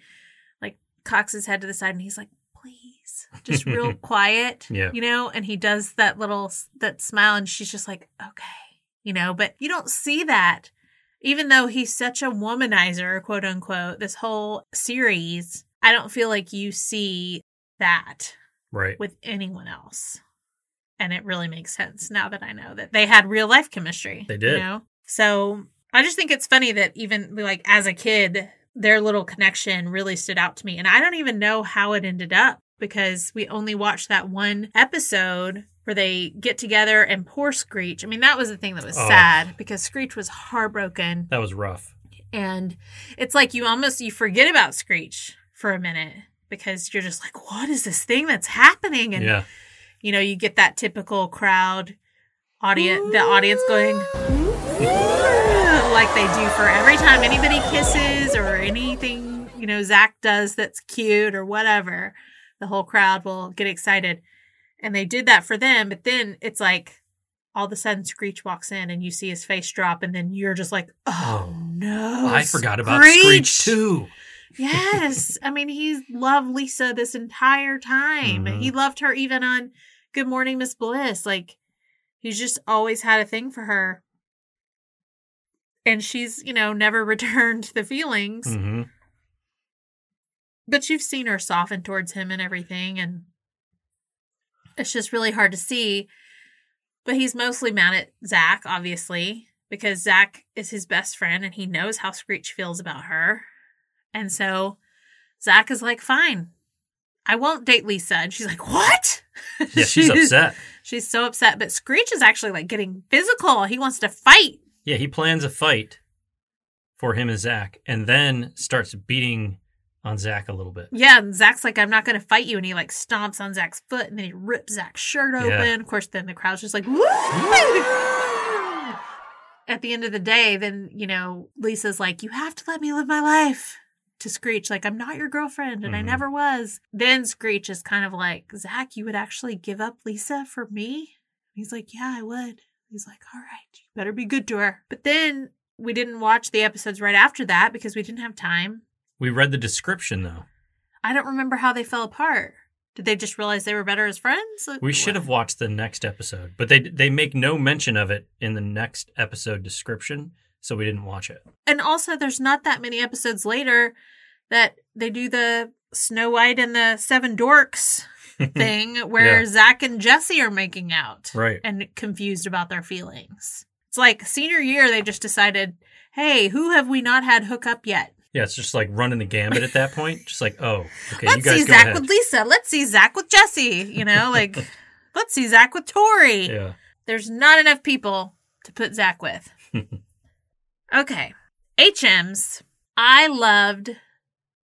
Speaker 2: like cocks his head to the side and he's like please just real quiet,
Speaker 1: Yeah.
Speaker 2: you know, and he does that little s- that smile and she's just like, "Okay." You know, but you don't see that even though he's such a womanizer, quote unquote, this whole series, I don't feel like you see that
Speaker 1: Right.
Speaker 2: with anyone else. And it really makes sense now that I know that they had real life chemistry.
Speaker 1: They did.
Speaker 2: You know? So I just think it's funny that even like as a kid, their little connection really stood out to me. And I don't even know how it ended up because we only watched that one episode where they get together and poor Screech. I mean, that was the thing that was
Speaker 1: Oh.
Speaker 2: sad because Screech was heartbroken
Speaker 1: That was rough.
Speaker 2: and it's like you almost you forget about screech for a minute because you're just like what is this thing that's happening and
Speaker 1: yeah.
Speaker 2: you know you get that typical crowd audience the audience going "Ooh," like they do for every time anybody kisses or anything you know zach does that's cute or whatever the whole crowd will get excited and they did that for them but then it's like all of a sudden screech walks in and you see his face drop and then you're just like oh,
Speaker 1: Oh,
Speaker 2: no
Speaker 1: I forgot about Screech too.
Speaker 2: Yes. I mean, he's loved Lisa this entire time.
Speaker 1: Mhm.
Speaker 2: He loved her even on Good Morning, Miss Bliss. Like, he's just always had a thing for her. And she's, you know, never returned the feelings.
Speaker 1: hmm
Speaker 2: But you've seen her soften towards him and everything. And it's just really hard to see. But he's mostly mad at Zach, obviously, because Zach is his best friend and he knows how Screech feels about her. And so Zach is like, fine, I won't date Lisa. And she's like, what?
Speaker 1: Yeah, she's upset.
Speaker 2: She's so upset. But Screech is actually like getting physical. He wants to fight.
Speaker 1: Yeah, he plans a fight for him and Zach, and then starts beating on Zach a little bit.
Speaker 2: Yeah. And Zach's like, I'm not going to fight you. And he like stomps on Zach's foot and then he rips Zach's shirt open.
Speaker 1: Yeah.
Speaker 2: Of course, then the crowd's just like, woo! At the end of the day, then, you know, Lisa's like, you have to let me live my life to Screech. Like, I'm not your girlfriend and I
Speaker 1: Mhm.
Speaker 2: never was. Then Screech is kind of like, Zach, you would actually give up Lisa for me? He's like, Yeah, I would. He's like, All right, you better be good to her. But then we didn't watch the episodes right after that because we didn't have time.
Speaker 1: We read the description though.
Speaker 2: I don't remember how they fell apart. Did they just realize they were better as friends? Like,
Speaker 1: We should have watched the next episode, but they they make no mention of it in the next episode description, so we didn't watch it.
Speaker 2: And also, there's not that many episodes later that they do the Snow White and the Seven Dorks thing where
Speaker 1: Yeah.
Speaker 2: Zach and Jesse are making out
Speaker 1: Right.
Speaker 2: and confused about their feelings. It's like senior year, they just decided, Hey, who have we not had hook up yet?
Speaker 1: Yeah, it's just like running the gambit at that point. Just like, oh, okay, you
Speaker 2: let's
Speaker 1: guys
Speaker 2: see
Speaker 1: go
Speaker 2: Zach
Speaker 1: ahead.
Speaker 2: with Lisa. Let's see Zach with Jesse. You know, like let's see Zach with Tori.
Speaker 1: yeah,
Speaker 2: There's not enough people to put Zach with. okay. HMs. I loved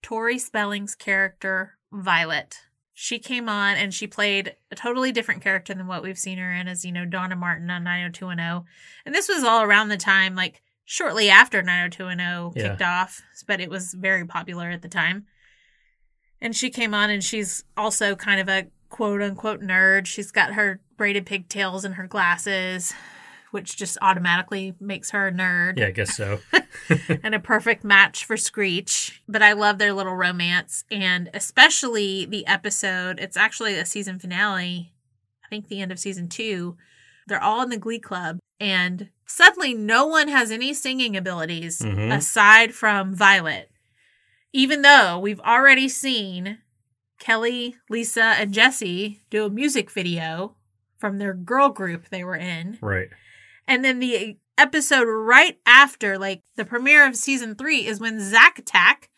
Speaker 2: Tori Spelling's character, Violet. She came on and she played a totally different character than what we've seen her in as, you know, Donna Martin on 90210. And this was all around the time, like shortly after 90210
Speaker 1: Yeah.
Speaker 2: kicked off, but it was very popular at the time. And she came on and she's also kind of a quote unquote nerd. She's got her braided pigtails and her glasses, which just automatically makes her a nerd
Speaker 1: yeah, I guess so.
Speaker 2: and a perfect match for Screech. But I love their little romance and especially the episode. It's actually a season finale, I think the end of season two. They're all in the Glee Club and suddenly no one has any singing abilities
Speaker 1: Mhm.
Speaker 2: aside from Violet. Even though we've already seen Kelly, Lisa, and Jesse do a music video from their girl group they were in.
Speaker 1: Right.
Speaker 2: And then the episode right after, like the premiere of season three, is when Zack Attack,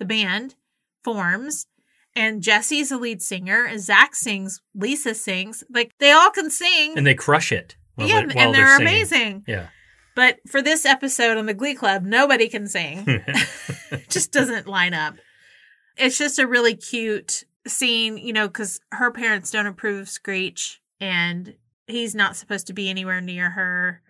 Speaker 2: the band, forms. And Jesse's the lead singer. Zach sings. Lisa sings. Like they all can sing.
Speaker 1: And they crush it. While
Speaker 2: yeah,
Speaker 1: they,
Speaker 2: and-
Speaker 1: while
Speaker 2: and they're,
Speaker 1: singing.
Speaker 2: amazing.
Speaker 1: Yeah.
Speaker 2: But for this episode on the Glee Club, nobody can sing. just doesn't line up. It's just a really cute scene, you know, because her parents don't approve of Screech and he's not supposed to be anywhere near her.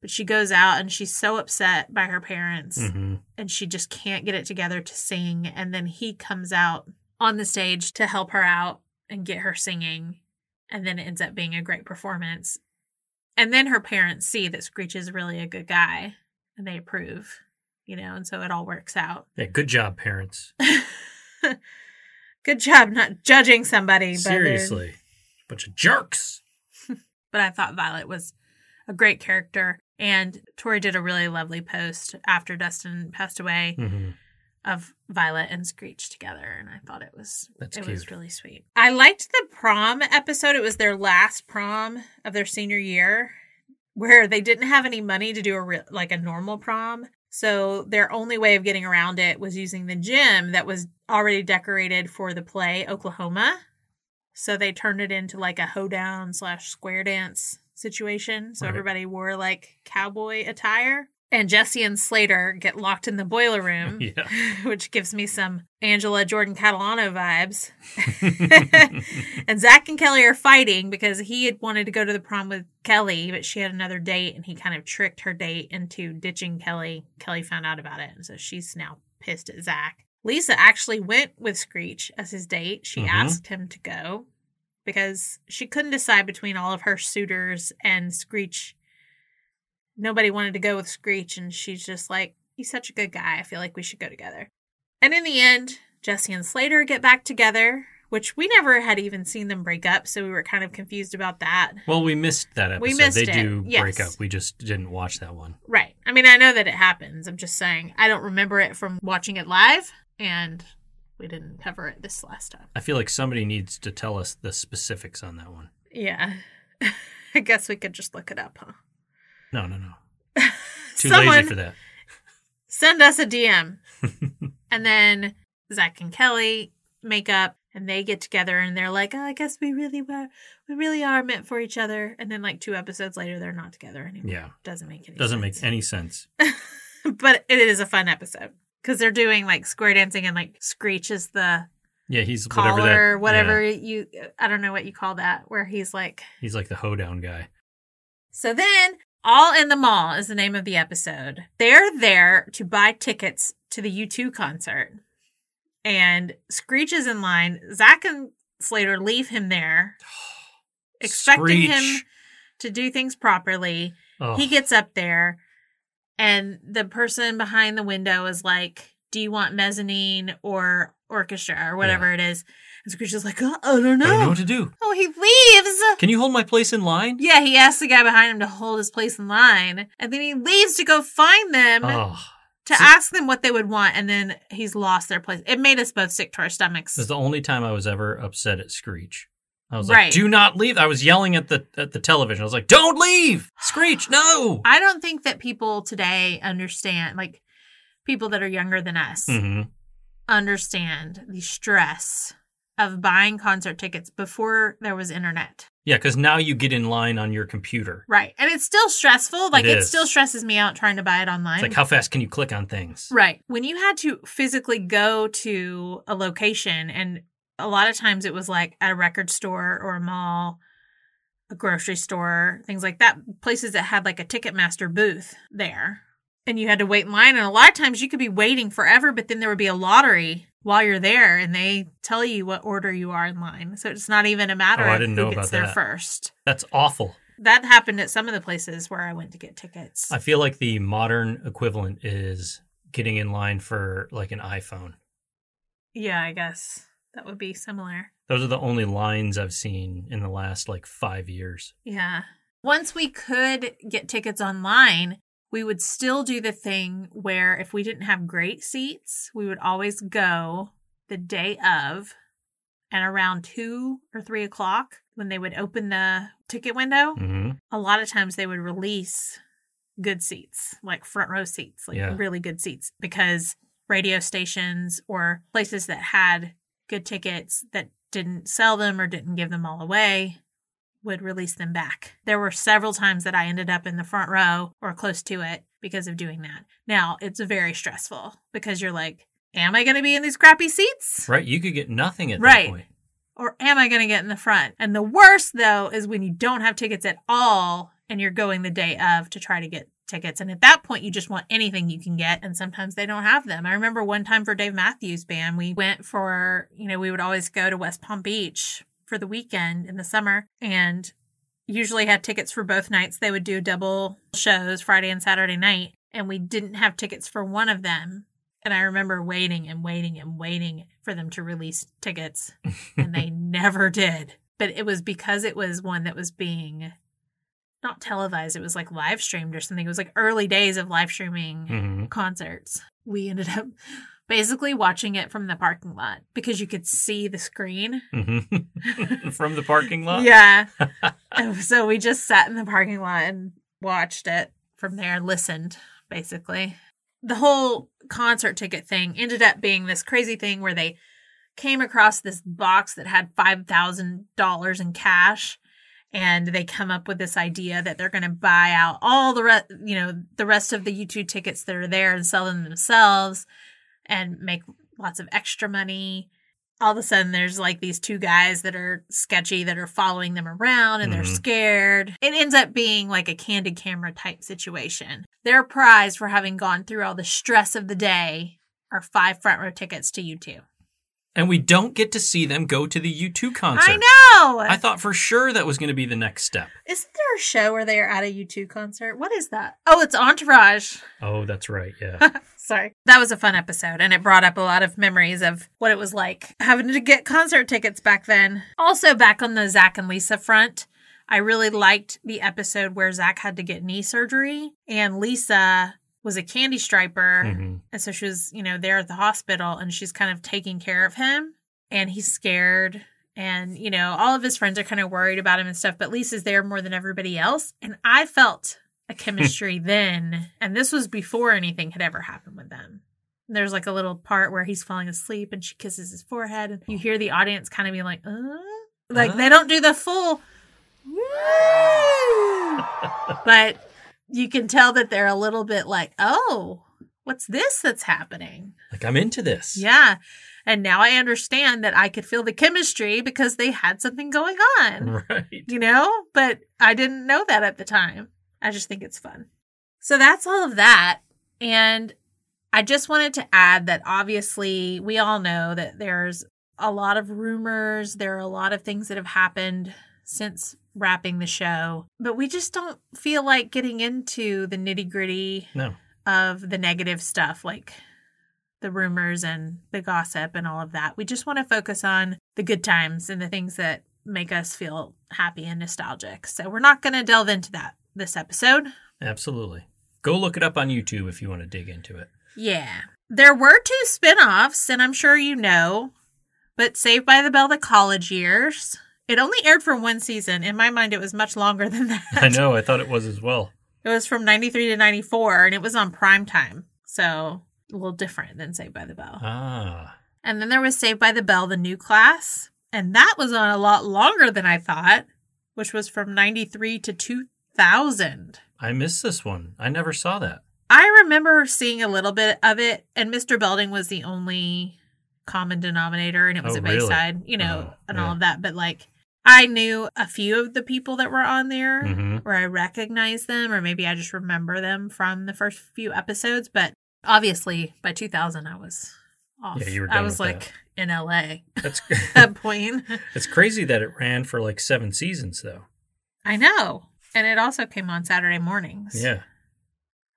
Speaker 2: But she goes out and she's so upset by her parents
Speaker 1: hmm
Speaker 2: and she just can't get it together to sing. And then he comes out on the stage to help her out and get her singing. And then it ends up being a great performance. And then her parents see that Screech is really a good guy and they approve, you know, and so it all works out.
Speaker 1: Yeah. Good job, parents.
Speaker 2: Good job not judging somebody. uh, by their-
Speaker 1: Seriously. Bunch of jerks.
Speaker 2: but I thought Violet was a great character. And Tori did a really lovely post after Dustin passed away
Speaker 1: hmm
Speaker 2: of Violet and Screech together, and I thought it was
Speaker 1: That's
Speaker 2: it was
Speaker 1: cute.
Speaker 2: really sweet. I liked the prom episode. It was their last prom of their senior year, where they didn't have any money to do a re- like a normal prom, so their only way of getting around it was using the gym that was already decorated for the play Oklahoma. So they turned it into like a hoedown slash square dance situation. So
Speaker 1: Right.
Speaker 2: everybody wore like cowboy attire. And Jesse and Slater get locked in the boiler room
Speaker 1: Yeah.
Speaker 2: which gives me some Angela Jordan Catalano vibes. and Zach and Kelly are fighting because he had wanted to go to the prom with Kelly, but she had another date and he kind of tricked her date into ditching Kelly. Kelly found out about it, and so she's now pissed at Zach. Lisa actually went with Screech as his date. She
Speaker 1: Mhm.
Speaker 2: asked him to go because she couldn't decide between all of her suitors and Screech. Nobody wanted to go with Screech, and she's just like, he's such a good guy. I feel like we should go together. And in the end, Jesse and Slater get back together, which we never had even seen them break up, so we were kind of confused about that.
Speaker 1: Well, we missed that episode.
Speaker 2: We missed
Speaker 1: they
Speaker 2: it,
Speaker 1: do break
Speaker 2: yes.
Speaker 1: up. We just didn't watch that one.
Speaker 2: Right. I mean, I know that it happens. I'm just saying, I don't remember it from watching it live, and we didn't cover it this last time.
Speaker 1: I feel like somebody needs to tell us the specifics on that one.
Speaker 2: Yeah. I guess we could just look it up, huh?
Speaker 1: No, no, no. Too
Speaker 2: Someone
Speaker 1: lazy for that.
Speaker 2: send us a DM. and then Zach and Kelly make up and they get together and they're like, oh, I guess we really were, we really are meant for each other. And then like two episodes later, they're not together anymore.
Speaker 1: Yeah.
Speaker 2: Doesn't make any
Speaker 1: Doesn't make
Speaker 2: sense.
Speaker 1: any sense.
Speaker 2: but it is a fun episode because they're doing like square dancing and like Screech is the
Speaker 1: Yeah, he's
Speaker 2: caller,
Speaker 1: whatever
Speaker 2: whatever,
Speaker 1: that.
Speaker 2: you, I don't know what you call that, where he's like,
Speaker 1: yeah, he's like the hoedown guy.
Speaker 2: So then, All in the Mall is the name of the episode. They're there to buy tickets to the U2 concert. And Screech is in line. Zach and Slater leave him there, expecting him
Speaker 1: Screech.
Speaker 2: to do things properly.
Speaker 1: Oh,
Speaker 2: He gets up there, and the person behind the window is like, "Do you want mezzanine or orchestra or whatever it is?" And Screech is like, "Uh, "I don't
Speaker 1: I don't know
Speaker 2: know."
Speaker 1: what to do.
Speaker 2: Oh, he leaves.
Speaker 1: Can you hold my place in line?
Speaker 2: Yeah, he asked the guy behind him to hold his place in line, and then he leaves to go find them
Speaker 1: Oh,
Speaker 2: to
Speaker 1: so-
Speaker 2: ask them what they would want, and then he's lost their place. It made us both sick to our stomachs.
Speaker 1: this is the only time I was ever upset at Screech. I was
Speaker 2: Right.
Speaker 1: like, "Do not leave!" I was yelling at the at the television. I was like, "Don't leave, Screech! No!"
Speaker 2: I don't think that people today understand, like people that are younger than us,
Speaker 1: hmm
Speaker 2: understand the stress of buying concert tickets before there was internet.
Speaker 1: Yeah, because now you get in line on your computer.
Speaker 2: Right. And it's still stressful. Like it,
Speaker 1: is.
Speaker 2: still stresses me out trying to buy it online.
Speaker 1: It's like, how fast can you click on things?
Speaker 2: Right. When you had to physically go to a location, and a lot of times it was like at a record store or a mall, a grocery store, things like that, places that had like a Ticketmaster booth there. And you had to wait in line. And a lot of times you could be waiting forever, but then there would be a lottery while you're there and they tell you what order you are in line. So it's not even a matter
Speaker 1: Oh, I
Speaker 2: of
Speaker 1: didn't
Speaker 2: who
Speaker 1: know
Speaker 2: gets
Speaker 1: about
Speaker 2: there
Speaker 1: that.
Speaker 2: first.
Speaker 1: That's awful.
Speaker 2: That happened at some of the places where I went to get tickets.
Speaker 1: I feel like the modern equivalent is getting in line for like an iPhone.
Speaker 2: yeah, I guess that would be similar.
Speaker 1: Those are the only lines I've seen in the last like five years.
Speaker 2: Yeah. Once we could get tickets online, we would still do the thing where if we didn't have great seats, we would always go the day of and around two or three o'clock when they would open the ticket window.
Speaker 1: hmm
Speaker 2: A lot of times they would release good seats, like front row seats, like
Speaker 1: Yeah.
Speaker 2: really good seats, because radio stations or places that had good tickets that didn't sell them or didn't give them all away would release them back. There were several times that I ended up in the front row or close to it because of doing that. Now, it's very stressful because you're like, am I going to be in these crappy seats?
Speaker 1: Right? You could get nothing at
Speaker 2: Right.
Speaker 1: that point.
Speaker 2: Or am I going to get in the front? And the worst, though, is when you don't have tickets at all and you're going the day of to try to get tickets. And at that point, you just want anything you can get. And sometimes they don't have them. I remember one time for Dave Matthews' band, we went for, you know, we would always go to West Palm Beach for the weekend in the summer and usually had tickets for both nights. They would do double shows Friday and Saturday night. And we didn't have tickets for one of them And I remember waiting and waiting and waiting for them to release tickets, and they never did. But it was because it was one that was being not televised, it was like live streamed or something. It was like early days of live streaming
Speaker 1: Mhm.
Speaker 2: concerts. We ended up basically watching it from the parking lot because you could see the screen.
Speaker 1: Mhm. From the parking lot?
Speaker 2: Yeah. And so we just sat in the parking lot and watched it from there, listened basically. The whole concert ticket thing ended up being this crazy thing where they came across this box that had $5,000 in cash and they come up with this idea that they're going to buy out all the re- you know the rest of the U2 tickets that are there and sell them themselves and make lots of extra money all of a sudden there's like these two guys that are sketchy that are following them around and they're
Speaker 1: Mhm.
Speaker 2: scared. It ends up being like a candid camera type situation. Their prize for having gone through all the stress of the day are five front row tickets to U2.
Speaker 1: And we don't get to see them go to the U2 concert.
Speaker 2: I know.
Speaker 1: I thought for sure that was going to be the next step.
Speaker 2: Isn't there a show where they are at a U2 concert? What is that? Oh, it's Entourage.
Speaker 1: Oh, that's right. Yeah.
Speaker 2: Sorry. That was a fun episode, and it brought up a lot of memories of what it was like having to get concert tickets back then. Also, back on the Zach and Lisa front, I really liked the episode where Zach had to get knee surgery, and Lisa was a candy striper.
Speaker 1: Mhm.
Speaker 2: And so she was, you know, there at the hospital, and she's kind of taking care of him, and he's scared. And, you know, all of his friends are kind of worried about him and stuff, but Lisa's there more than everybody else. And I felt a chemistry then. And this was before anything had ever happened with them. And There's like a little part where he's falling asleep and she kisses his forehead, and you hear the audience kind of being like, uh? like they don't do the full, woo, but you can tell that they're a little bit like, oh, what's this that's happening?
Speaker 1: like, I'm into this.
Speaker 2: Yeah. And now I understand that I could feel the chemistry because they had something going on
Speaker 1: Mm. Right.
Speaker 2: you know? But I didn't know that at the time. I just think it's fun. So that's all of that. And I just wanted to add that obviously we all know that there's a lot of rumors, there are a lot of things that have happened since wrapping the show, but we just don't feel like getting into the nitty gritty
Speaker 1: No.
Speaker 2: of the negative stuff like the rumors and the gossip and all of that. We just want to focus on the good times and the things that make us feel happy and nostalgic. So we're not going to delve into that this episode.
Speaker 1: Absolutely. Go look it up on YouTube if you want to dig into it.
Speaker 2: Yeah. There were two spin-offs and I'm sure you know, but Saved by the Bell the college years. It only aired for one season. In my mind it was much longer than that.
Speaker 1: I know. I thought it was as well.
Speaker 2: It was from 93 to 94 and it was on prime time. So a little different than Saved by the Bell.
Speaker 1: Ah.
Speaker 2: And then there was Saved by the Bell, the new class. And that was on a lot longer than I thought, which was from 93 to 2000.
Speaker 1: I missed this one. I never saw that.
Speaker 2: I remember seeing a little bit of it, and Mr. Belding was the only common denominator, and it was
Speaker 1: Oh,
Speaker 2: at
Speaker 1: really?
Speaker 2: Bayside, you know,
Speaker 1: Oh,
Speaker 2: and
Speaker 1: yeah.
Speaker 2: all of that. But like, I knew a few of the people that were on there,
Speaker 1: Mhm.
Speaker 2: or I recognized them, or maybe I just remember them from the first few episodes. But obviously, by 2000, I was off.
Speaker 1: Yeah, you were
Speaker 2: I
Speaker 1: done
Speaker 2: was
Speaker 1: with
Speaker 2: like in LA.
Speaker 1: That's
Speaker 2: that point.
Speaker 1: it's crazy that it ran for like seven seasons though.
Speaker 2: I know. And it also came on Saturday mornings.
Speaker 1: Yeah.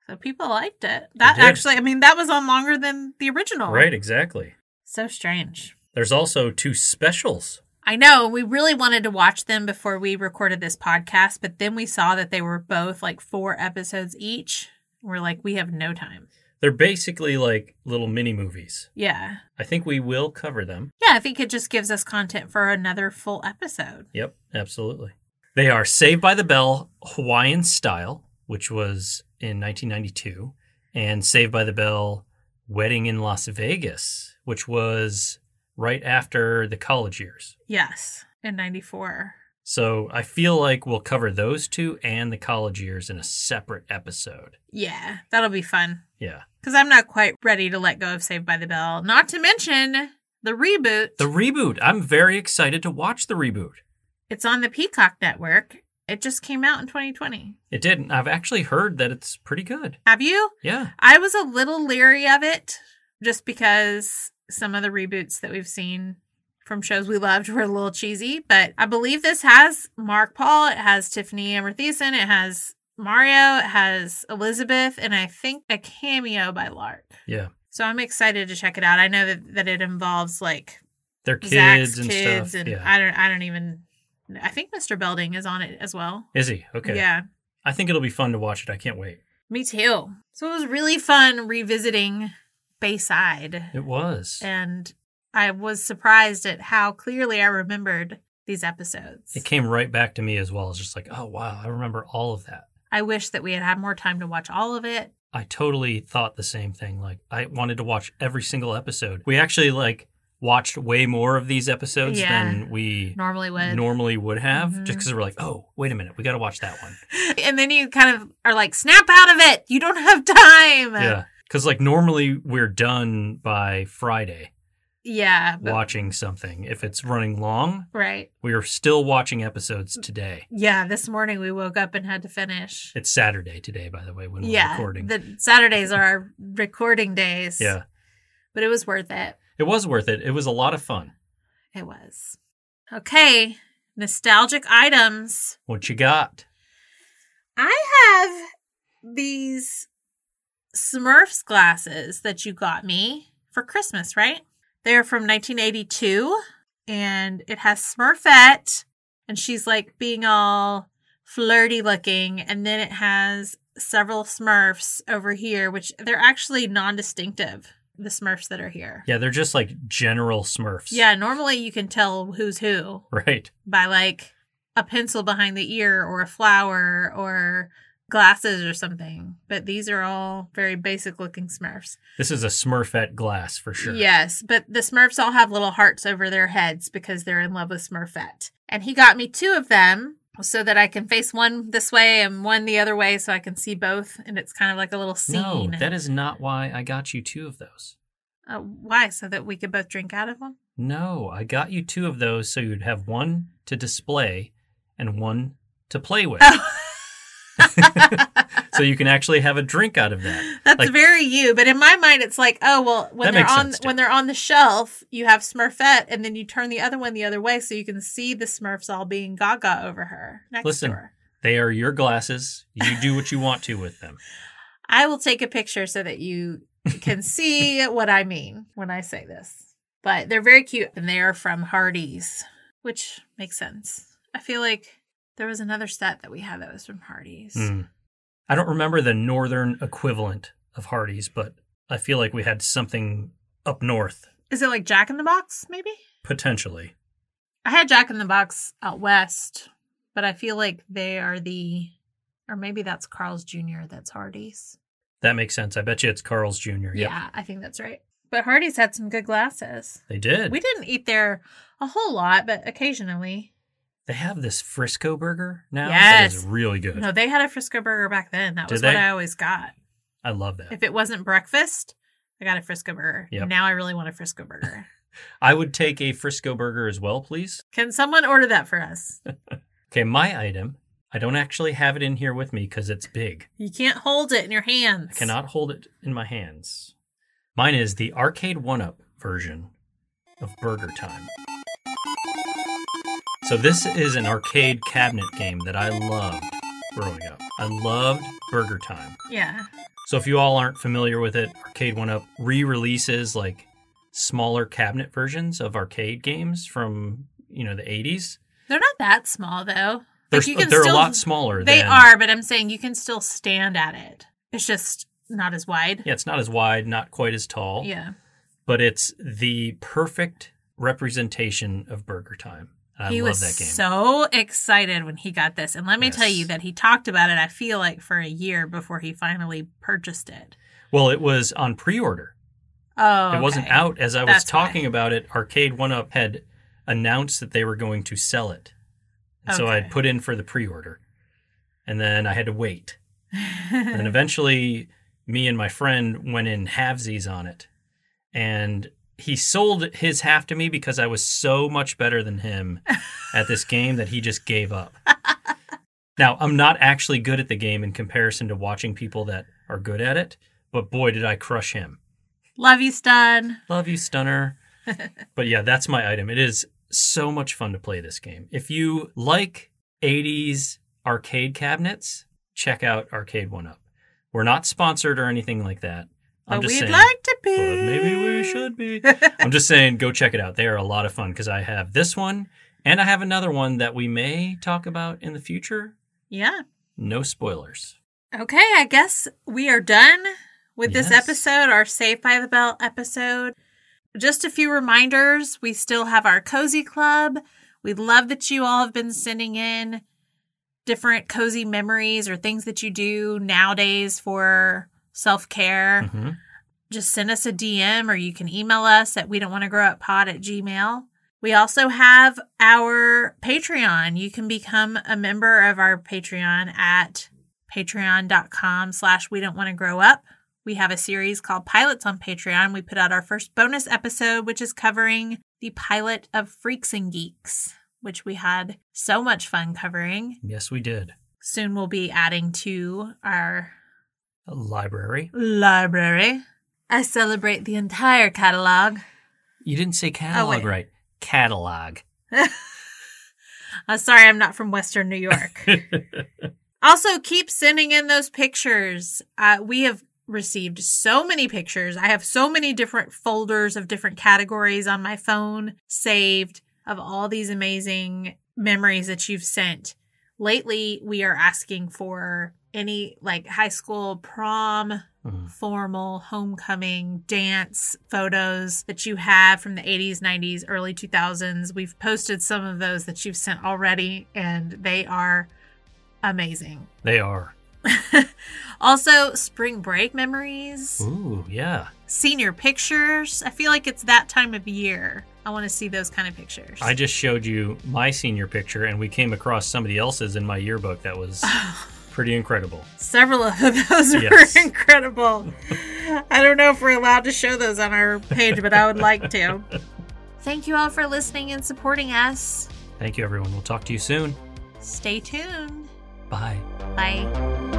Speaker 2: So people liked it. That
Speaker 1: did.
Speaker 2: actually, I mean, that was on longer than the original.
Speaker 1: Right. Exactly.
Speaker 2: So strange.
Speaker 1: There's also two specials.
Speaker 2: I know. We really wanted to watch them before we recorded this podcast, but then we saw that they were both like four episodes each. We're like, we have no time.
Speaker 1: They're basically like little mini movies.
Speaker 2: Yeah.
Speaker 1: I think we will cover them.
Speaker 2: Yeah. I think it just gives us content for another full episode.
Speaker 1: Yep, absolutely. They are Saved by the Bell Hawaiian Style, which was in 1992, and Saved by the Bell Wedding in Las Vegas, which was right after the college years.
Speaker 2: Yes. In 94.
Speaker 1: So I feel like we'll cover those two and the college years in a separate episode.
Speaker 2: Yeah. That'll be fun.
Speaker 1: Yeah.
Speaker 2: because I'm not quite ready to let go of Saved by the Bell. Not to mention the reboot.
Speaker 1: The reboot. I'm very excited to watch the reboot.
Speaker 2: it's on the Peacock Network. It just came out in 2020.
Speaker 1: It didn't. I've actually heard that it's pretty good.
Speaker 2: Have you?
Speaker 1: Yeah.
Speaker 2: I was a little leery of it just because some of the reboots that we've seen from shows we loved were a little cheesy, but I believe this has Mark Paul, it has Tiffany Amber Thiessen, it has Mario, it has Elizabeth, and I think a cameo by Lark.
Speaker 1: Yeah.
Speaker 2: So I'm excited to check it out. I know that, that it involves like
Speaker 1: Their
Speaker 2: Zach's
Speaker 1: kids
Speaker 2: kids
Speaker 1: and
Speaker 2: and,
Speaker 1: stuff. yeah.
Speaker 2: I don't I don't even I think Mr. Belding is on it as well.
Speaker 1: Is he? Okay.
Speaker 2: Yeah.
Speaker 1: I think it'll be fun to watch it. I can't wait.
Speaker 2: Me too. So it was really fun revisiting Bayside.
Speaker 1: It was.
Speaker 2: And I was surprised at how clearly I remembered these episodes.
Speaker 1: It came right back to me as well. It's just like, oh wow, I remember all of that.
Speaker 2: I wish that we had had more time to watch all of it.
Speaker 1: I totally thought the same thing. Like I wanted to watch every single episode. We actually like watched way more of these episodes
Speaker 2: Yeah.
Speaker 1: than we
Speaker 2: Normally would.
Speaker 1: normally would have,
Speaker 2: Mhm.
Speaker 1: just because we're like, oh, wait a minute, we got to watch that one.
Speaker 2: and then you kind of are like, snap out of it. You don't have time.
Speaker 1: yeah, because like normally we're done by Friday
Speaker 2: Yeah. but-
Speaker 1: watching something. If it's running long,
Speaker 2: right.
Speaker 1: we are still watching episodes today.
Speaker 2: Yeah. This morning we woke up and had to finish.
Speaker 1: It's Saturday today, by the way, when
Speaker 2: yeah.
Speaker 1: we're recording.
Speaker 2: The Saturdays are our recording days.
Speaker 1: yeah,
Speaker 2: But it was worth it.
Speaker 1: it was worth it. It was a lot of fun.
Speaker 2: It was. Okay. Nostalgic items.
Speaker 1: What you got?
Speaker 2: I have these Smurfs glasses that you got me for Christmas, right? They're from 1982 and it has Smurfette and she's like being all flirty looking and then it has several Smurfs over here which they're actually non-distinctive the Smurfs that are here.
Speaker 1: Yeah, they're just like general Smurfs.
Speaker 2: Yeah, normally you can tell who's who
Speaker 1: Right.
Speaker 2: by like a pencil behind the ear or a flower or glasses or something. But these are all very basic looking Smurfs.
Speaker 1: This is a Smurfette glass for sure.
Speaker 2: Yes, but the Smurfs all have little hearts over their heads because they're in love with Smurfette. And he got me two of them so that I can face one this way and one the other way so I can see both. And it's kind of like a little scene.
Speaker 1: No, that is not why I got you two of those.
Speaker 2: uh, why? So that we could both drink out of them?
Speaker 1: No, I got you two of those so you'd have one to display and one to play with.
Speaker 2: Oh.
Speaker 1: so you can actually have a drink out of that.
Speaker 2: That's
Speaker 1: Like-
Speaker 2: very you, but in my mind, it's like, oh well, when
Speaker 1: That
Speaker 2: they're
Speaker 1: makes
Speaker 2: on
Speaker 1: sense, too.
Speaker 2: when they're on the shelf, you have Smurfette, and then you turn the other one the other way so you can see the Smurfs all being Gaga over her next
Speaker 1: Listen.
Speaker 2: to her.
Speaker 1: They are your glasses. You do what you want to with them.
Speaker 2: I will take a picture so that you can see what I mean when I say this. But they're very cute, and they are from Hardee's, which makes sense. I feel like there was another set that we had that was from Hardee's.
Speaker 1: Hmm. I don't remember the northern equivalent of Hardee's, but I feel like we had something up north,
Speaker 2: Is it like Jack in the Box, maybe?
Speaker 1: potentially.
Speaker 2: I had Jack in the Box out west, but I feel like they are the, or maybe that's Carl's Jr. That's Hardee's.
Speaker 1: That makes sense. I bet you it's Carl's Jr. Yep.
Speaker 2: Yeah, I think that's right. But Hardee's had some good glasses.
Speaker 1: They did.
Speaker 2: We didn't eat there a whole lot, but occasionally.
Speaker 1: They have this Frisco burger now. That
Speaker 2: Yes.
Speaker 1: is really good.
Speaker 2: No, they had a Frisco burger back then. That
Speaker 1: Did
Speaker 2: was
Speaker 1: they?
Speaker 2: what I always got.
Speaker 1: I love that.
Speaker 2: If it wasn't breakfast, I got a Frisco burger.
Speaker 1: Yep.
Speaker 2: Now I really want a Frisco burger.
Speaker 1: I would take a Frisco burger as well, please.
Speaker 2: Can someone order that for us?
Speaker 1: Okay, my item. I don't actually have it in here with me because it's big.
Speaker 2: You can't hold it in your hands.
Speaker 1: I cannot hold it in my hands. Mine is the arcade one up version of Burger Time. So, this is an arcade cabinet game that I loved growing up. I loved Burger Time.
Speaker 2: Yeah.
Speaker 1: So if you all aren't familiar with it, Arcade One Up re-releases like smaller cabinet versions of arcade games from you know the 80s.
Speaker 2: They're not that small though.
Speaker 1: They're,
Speaker 2: Like, you can
Speaker 1: they're a
Speaker 2: still-
Speaker 1: lot smaller.
Speaker 2: They
Speaker 1: than,
Speaker 2: are, but I'm saying you can still stand at it. It's just not as wide.
Speaker 1: Yeah, it's not as wide, not quite as tall.
Speaker 2: Yeah.
Speaker 1: but it's the perfect representation of Burger Time. I
Speaker 2: he
Speaker 1: love
Speaker 2: was
Speaker 1: that game.
Speaker 2: so excited when he got this. And let me tell
Speaker 1: Yes.
Speaker 2: you that he talked about it, I feel like, for a year before he finally purchased it.
Speaker 1: well, it was on pre-order.
Speaker 2: Oh.
Speaker 1: It wasn't
Speaker 2: okay.
Speaker 1: out as I was
Speaker 2: That's why.
Speaker 1: talking about it. Arcade One Up had announced that they were going to sell it, and so I had
Speaker 2: Okay.
Speaker 1: put in for the pre-order, and then I had to wait. and eventually, me and my friend went in halvesies on it, and he sold his half to me because I was so much better than him at this game that he just gave up. Now, I'm not actually good at the game in comparison to watching people that are good at it, but boy, did I crush him.
Speaker 2: Love you, Stun.
Speaker 1: Love you, Stunner. but yeah, that's my item. It is so much fun to play this game. If you like 80s arcade cabinets, check out Arcade One Up. We're not sponsored or anything like that. I'm
Speaker 2: But
Speaker 1: just
Speaker 2: we'd
Speaker 1: saying.
Speaker 2: like to be.
Speaker 1: But maybe we should be. I'm just saying, go check it out. They are a lot of fun because I have this one and I have another one that we may talk about in the future.
Speaker 2: Yeah.
Speaker 1: No spoilers.
Speaker 2: Okay, I guess we are done with this
Speaker 1: Yes.
Speaker 2: episode, our Saved by the Bell episode. Just a few reminders we still have our Cozy Club. We love that you all have been sending in different cozy memories or things that you do nowadays for self care.
Speaker 1: Mhm.
Speaker 2: Just send us a DM or you can email us at we don't want to grow up pod at gmail. We also have our Patreon. You can become a member of our Patreon at patreon.com slash we don't want to grow up. We have a series called Pilots on Patreon. We put out our first bonus episode, which is covering the pilot of Freaks and Geeks, which we had so much fun covering.
Speaker 1: Yes, we did.
Speaker 2: Soon we'll be adding to our
Speaker 1: A library.
Speaker 2: library. I celebrate the entire catalog.
Speaker 1: You didn't say catalog
Speaker 2: Oh, wait.
Speaker 1: right. Catalog.
Speaker 2: I'm Uh, sorry, I'm not from Western New York. also, keep sending in those pictures. Uh, we have received so many pictures. I have so many different folders of different categories on my phone saved of all these amazing memories that you've sent. Lately, we are asking for any like high school prom
Speaker 1: Mhm.
Speaker 2: formal homecoming dance photos that you have from the 80s, 90s, early 2000s. We've posted some of those that you've sent already, and they are amazing.
Speaker 1: They are.
Speaker 2: Also, spring break memories,
Speaker 1: Ooh, yeah.
Speaker 2: senior pictures. I feel like it's that time of year. I want to see those kind of pictures.
Speaker 1: I just showed you my senior picture, and we came across somebody else's in my yearbook that was pretty incredible.
Speaker 2: Several of those
Speaker 1: Yes.
Speaker 2: were incredible. I don't know if we're allowed to show those on our page, but I would like to. Thank you all for listening and supporting us.
Speaker 1: Thank you, everyone. We'll talk to you soon.
Speaker 2: Stay tuned.
Speaker 1: Bye.
Speaker 2: Bye.